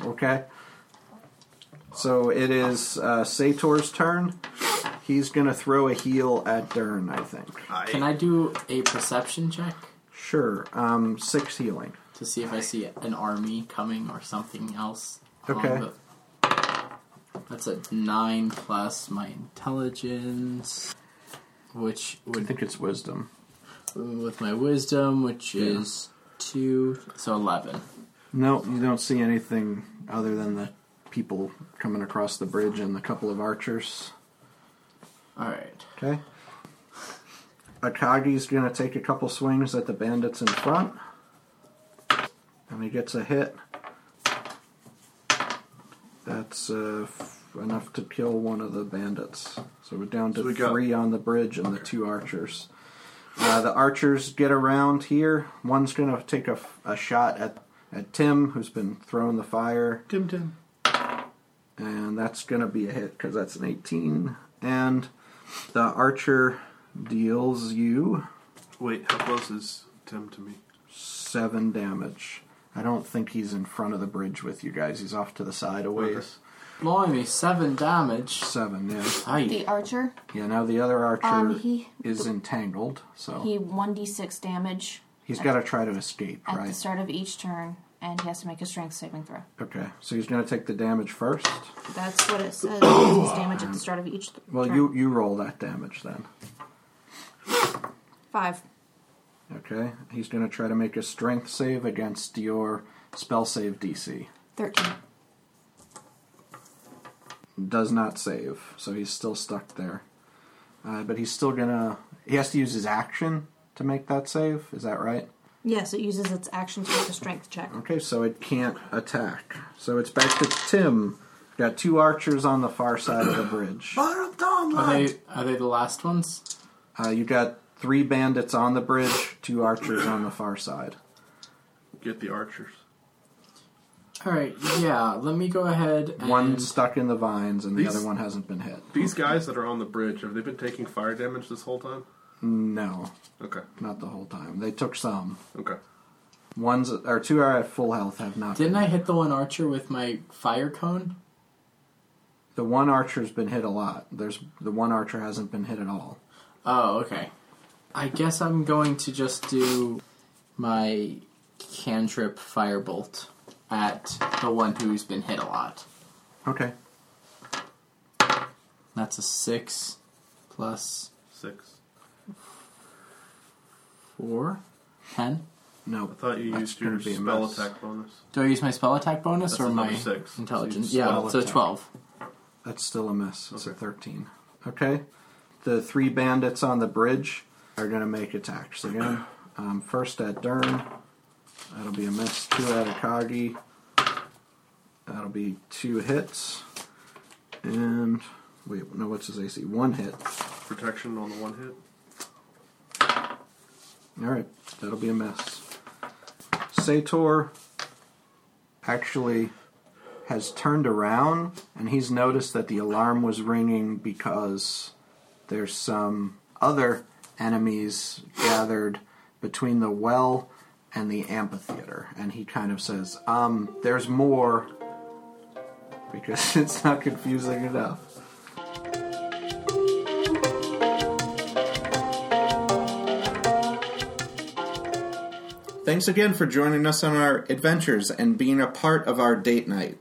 [SPEAKER 2] Okay. So it is uh, Sator's turn. He's gonna throw a heel at Dern, I think.
[SPEAKER 8] Uh,
[SPEAKER 4] Can I do a perception check
[SPEAKER 2] Sure. Um, six healing.
[SPEAKER 4] to see if I see an army coming or something else? along
[SPEAKER 2] Okay.
[SPEAKER 4] the- That's a nine plus my intelligence, which
[SPEAKER 2] I
[SPEAKER 4] would
[SPEAKER 2] think it's wisdom.
[SPEAKER 4] with my wisdom, which is two, so eleven.
[SPEAKER 2] No, you don't see anything other than the people coming across the bridge and the couple of archers.
[SPEAKER 4] All right.
[SPEAKER 2] Okay. Akagi's gonna take a couple swings at the bandits in front. And he gets a hit. That's uh, f- enough to kill one of the bandits. So we're down to
[SPEAKER 8] So we got-
[SPEAKER 2] three on the bridge and the two archers. Uh, the archers get around here. One's gonna take a, f- a shot at, at Tim, who's been throwing the fire.
[SPEAKER 8] Tim Tim.
[SPEAKER 2] and that's going to be a hit because that's an 18. And the archer deals you
[SPEAKER 8] Wait, how close is Tim to me?
[SPEAKER 2] seven damage. I don't think he's in front of the bridge with you guys. He's off to the side a ways.
[SPEAKER 8] Okay.
[SPEAKER 4] Blimey, seven damage.
[SPEAKER 2] Seven, yeah.
[SPEAKER 4] Aye.
[SPEAKER 6] The archer.
[SPEAKER 2] Yeah, now the other archer
[SPEAKER 6] Um, he-
[SPEAKER 2] is entangled, so
[SPEAKER 6] He one d six damage
[SPEAKER 2] he's got to try to escape,
[SPEAKER 6] at the
[SPEAKER 2] right?
[SPEAKER 6] start of each turn, and he has to make a strength saving throw.
[SPEAKER 2] Okay, so he's going to take the damage first.
[SPEAKER 6] That's what it says. it's damage at the start of each. th-
[SPEAKER 2] Well,
[SPEAKER 6] turn.
[SPEAKER 2] you, you roll that damage then.
[SPEAKER 6] five.
[SPEAKER 2] Okay, he's going to try to make a strength save against your spell save DC.
[SPEAKER 6] 13.
[SPEAKER 2] Does not save, so he's still stuck there. Uh, but he's still going to. He has to use his action to make that save, is that right?
[SPEAKER 6] Yes, it uses its action to make a strength check.
[SPEAKER 2] Okay, so it can't attack. So it's back to Tim. Got two archers on the far side of the bridge.
[SPEAKER 8] Fire up, Tom,
[SPEAKER 4] Are they, are they the last ones?
[SPEAKER 2] Uh, you got three bandits on the bridge, two archers on the far side.
[SPEAKER 8] Get the archers.
[SPEAKER 4] Alright, yeah, let me go ahead and.
[SPEAKER 2] One stuck in the vines, and the
[SPEAKER 8] These-
[SPEAKER 2] other one hasn't been hit.
[SPEAKER 8] These guys that are on the bridge, have they been taking fire damage this whole time?
[SPEAKER 2] No,
[SPEAKER 8] Okay,
[SPEAKER 2] not the whole time. They took some.
[SPEAKER 8] okay.
[SPEAKER 2] One's or two are at full health, have not.
[SPEAKER 4] Didn't I hit the one archer with my fire cone?
[SPEAKER 2] The one archer's been hit a lot. There's the one archer hasn't been hit at all.
[SPEAKER 4] Oh, okay. I guess I'm going to just do my cantrip firebolt at the one who's been hit a lot.
[SPEAKER 2] Okay.
[SPEAKER 4] That's a six plus
[SPEAKER 8] Six.
[SPEAKER 4] four. Ten.
[SPEAKER 2] No.
[SPEAKER 8] I thought you
[SPEAKER 2] that's
[SPEAKER 8] used
[SPEAKER 2] gonna
[SPEAKER 8] your
[SPEAKER 2] be a
[SPEAKER 8] spell
[SPEAKER 2] mess.
[SPEAKER 8] attack bonus.
[SPEAKER 4] Do I use my spell attack bonus
[SPEAKER 8] That's
[SPEAKER 4] or
[SPEAKER 8] another
[SPEAKER 4] my
[SPEAKER 8] six.
[SPEAKER 4] intelligence?
[SPEAKER 8] So you
[SPEAKER 4] Yeah,
[SPEAKER 2] spell
[SPEAKER 4] so
[SPEAKER 2] attack.
[SPEAKER 4] twelve.
[SPEAKER 2] That's still a miss. It's a
[SPEAKER 8] Okay.
[SPEAKER 2] 13. Okay. The three bandits on the bridge are going to make attacks again. Um, first at Dern. That'll be a miss. Two at Akagi. That'll be two hits. And, wait, no, what's his AC? One hit.
[SPEAKER 8] Protection on the one hit.
[SPEAKER 2] All right, that'll be a mess. Sator actually has turned around and he's noticed that the alarm was ringing because there's some other enemies gathered between the well and the amphitheater. And he kind of says, um, there's more because it's not confusing enough. Thanks again for joining us on our adventures and being a part of our date night.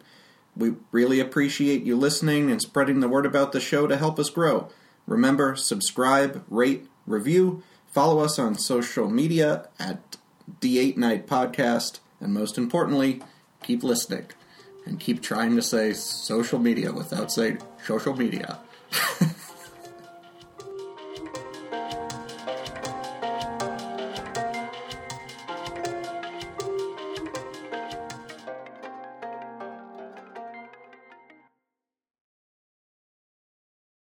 [SPEAKER 2] We really appreciate you listening and spreading the word about the show to help us grow. Remember, subscribe, rate, review, follow us on social media at D8 Night Podcast, and most importantly, keep listening and keep trying to say social media without saying social media.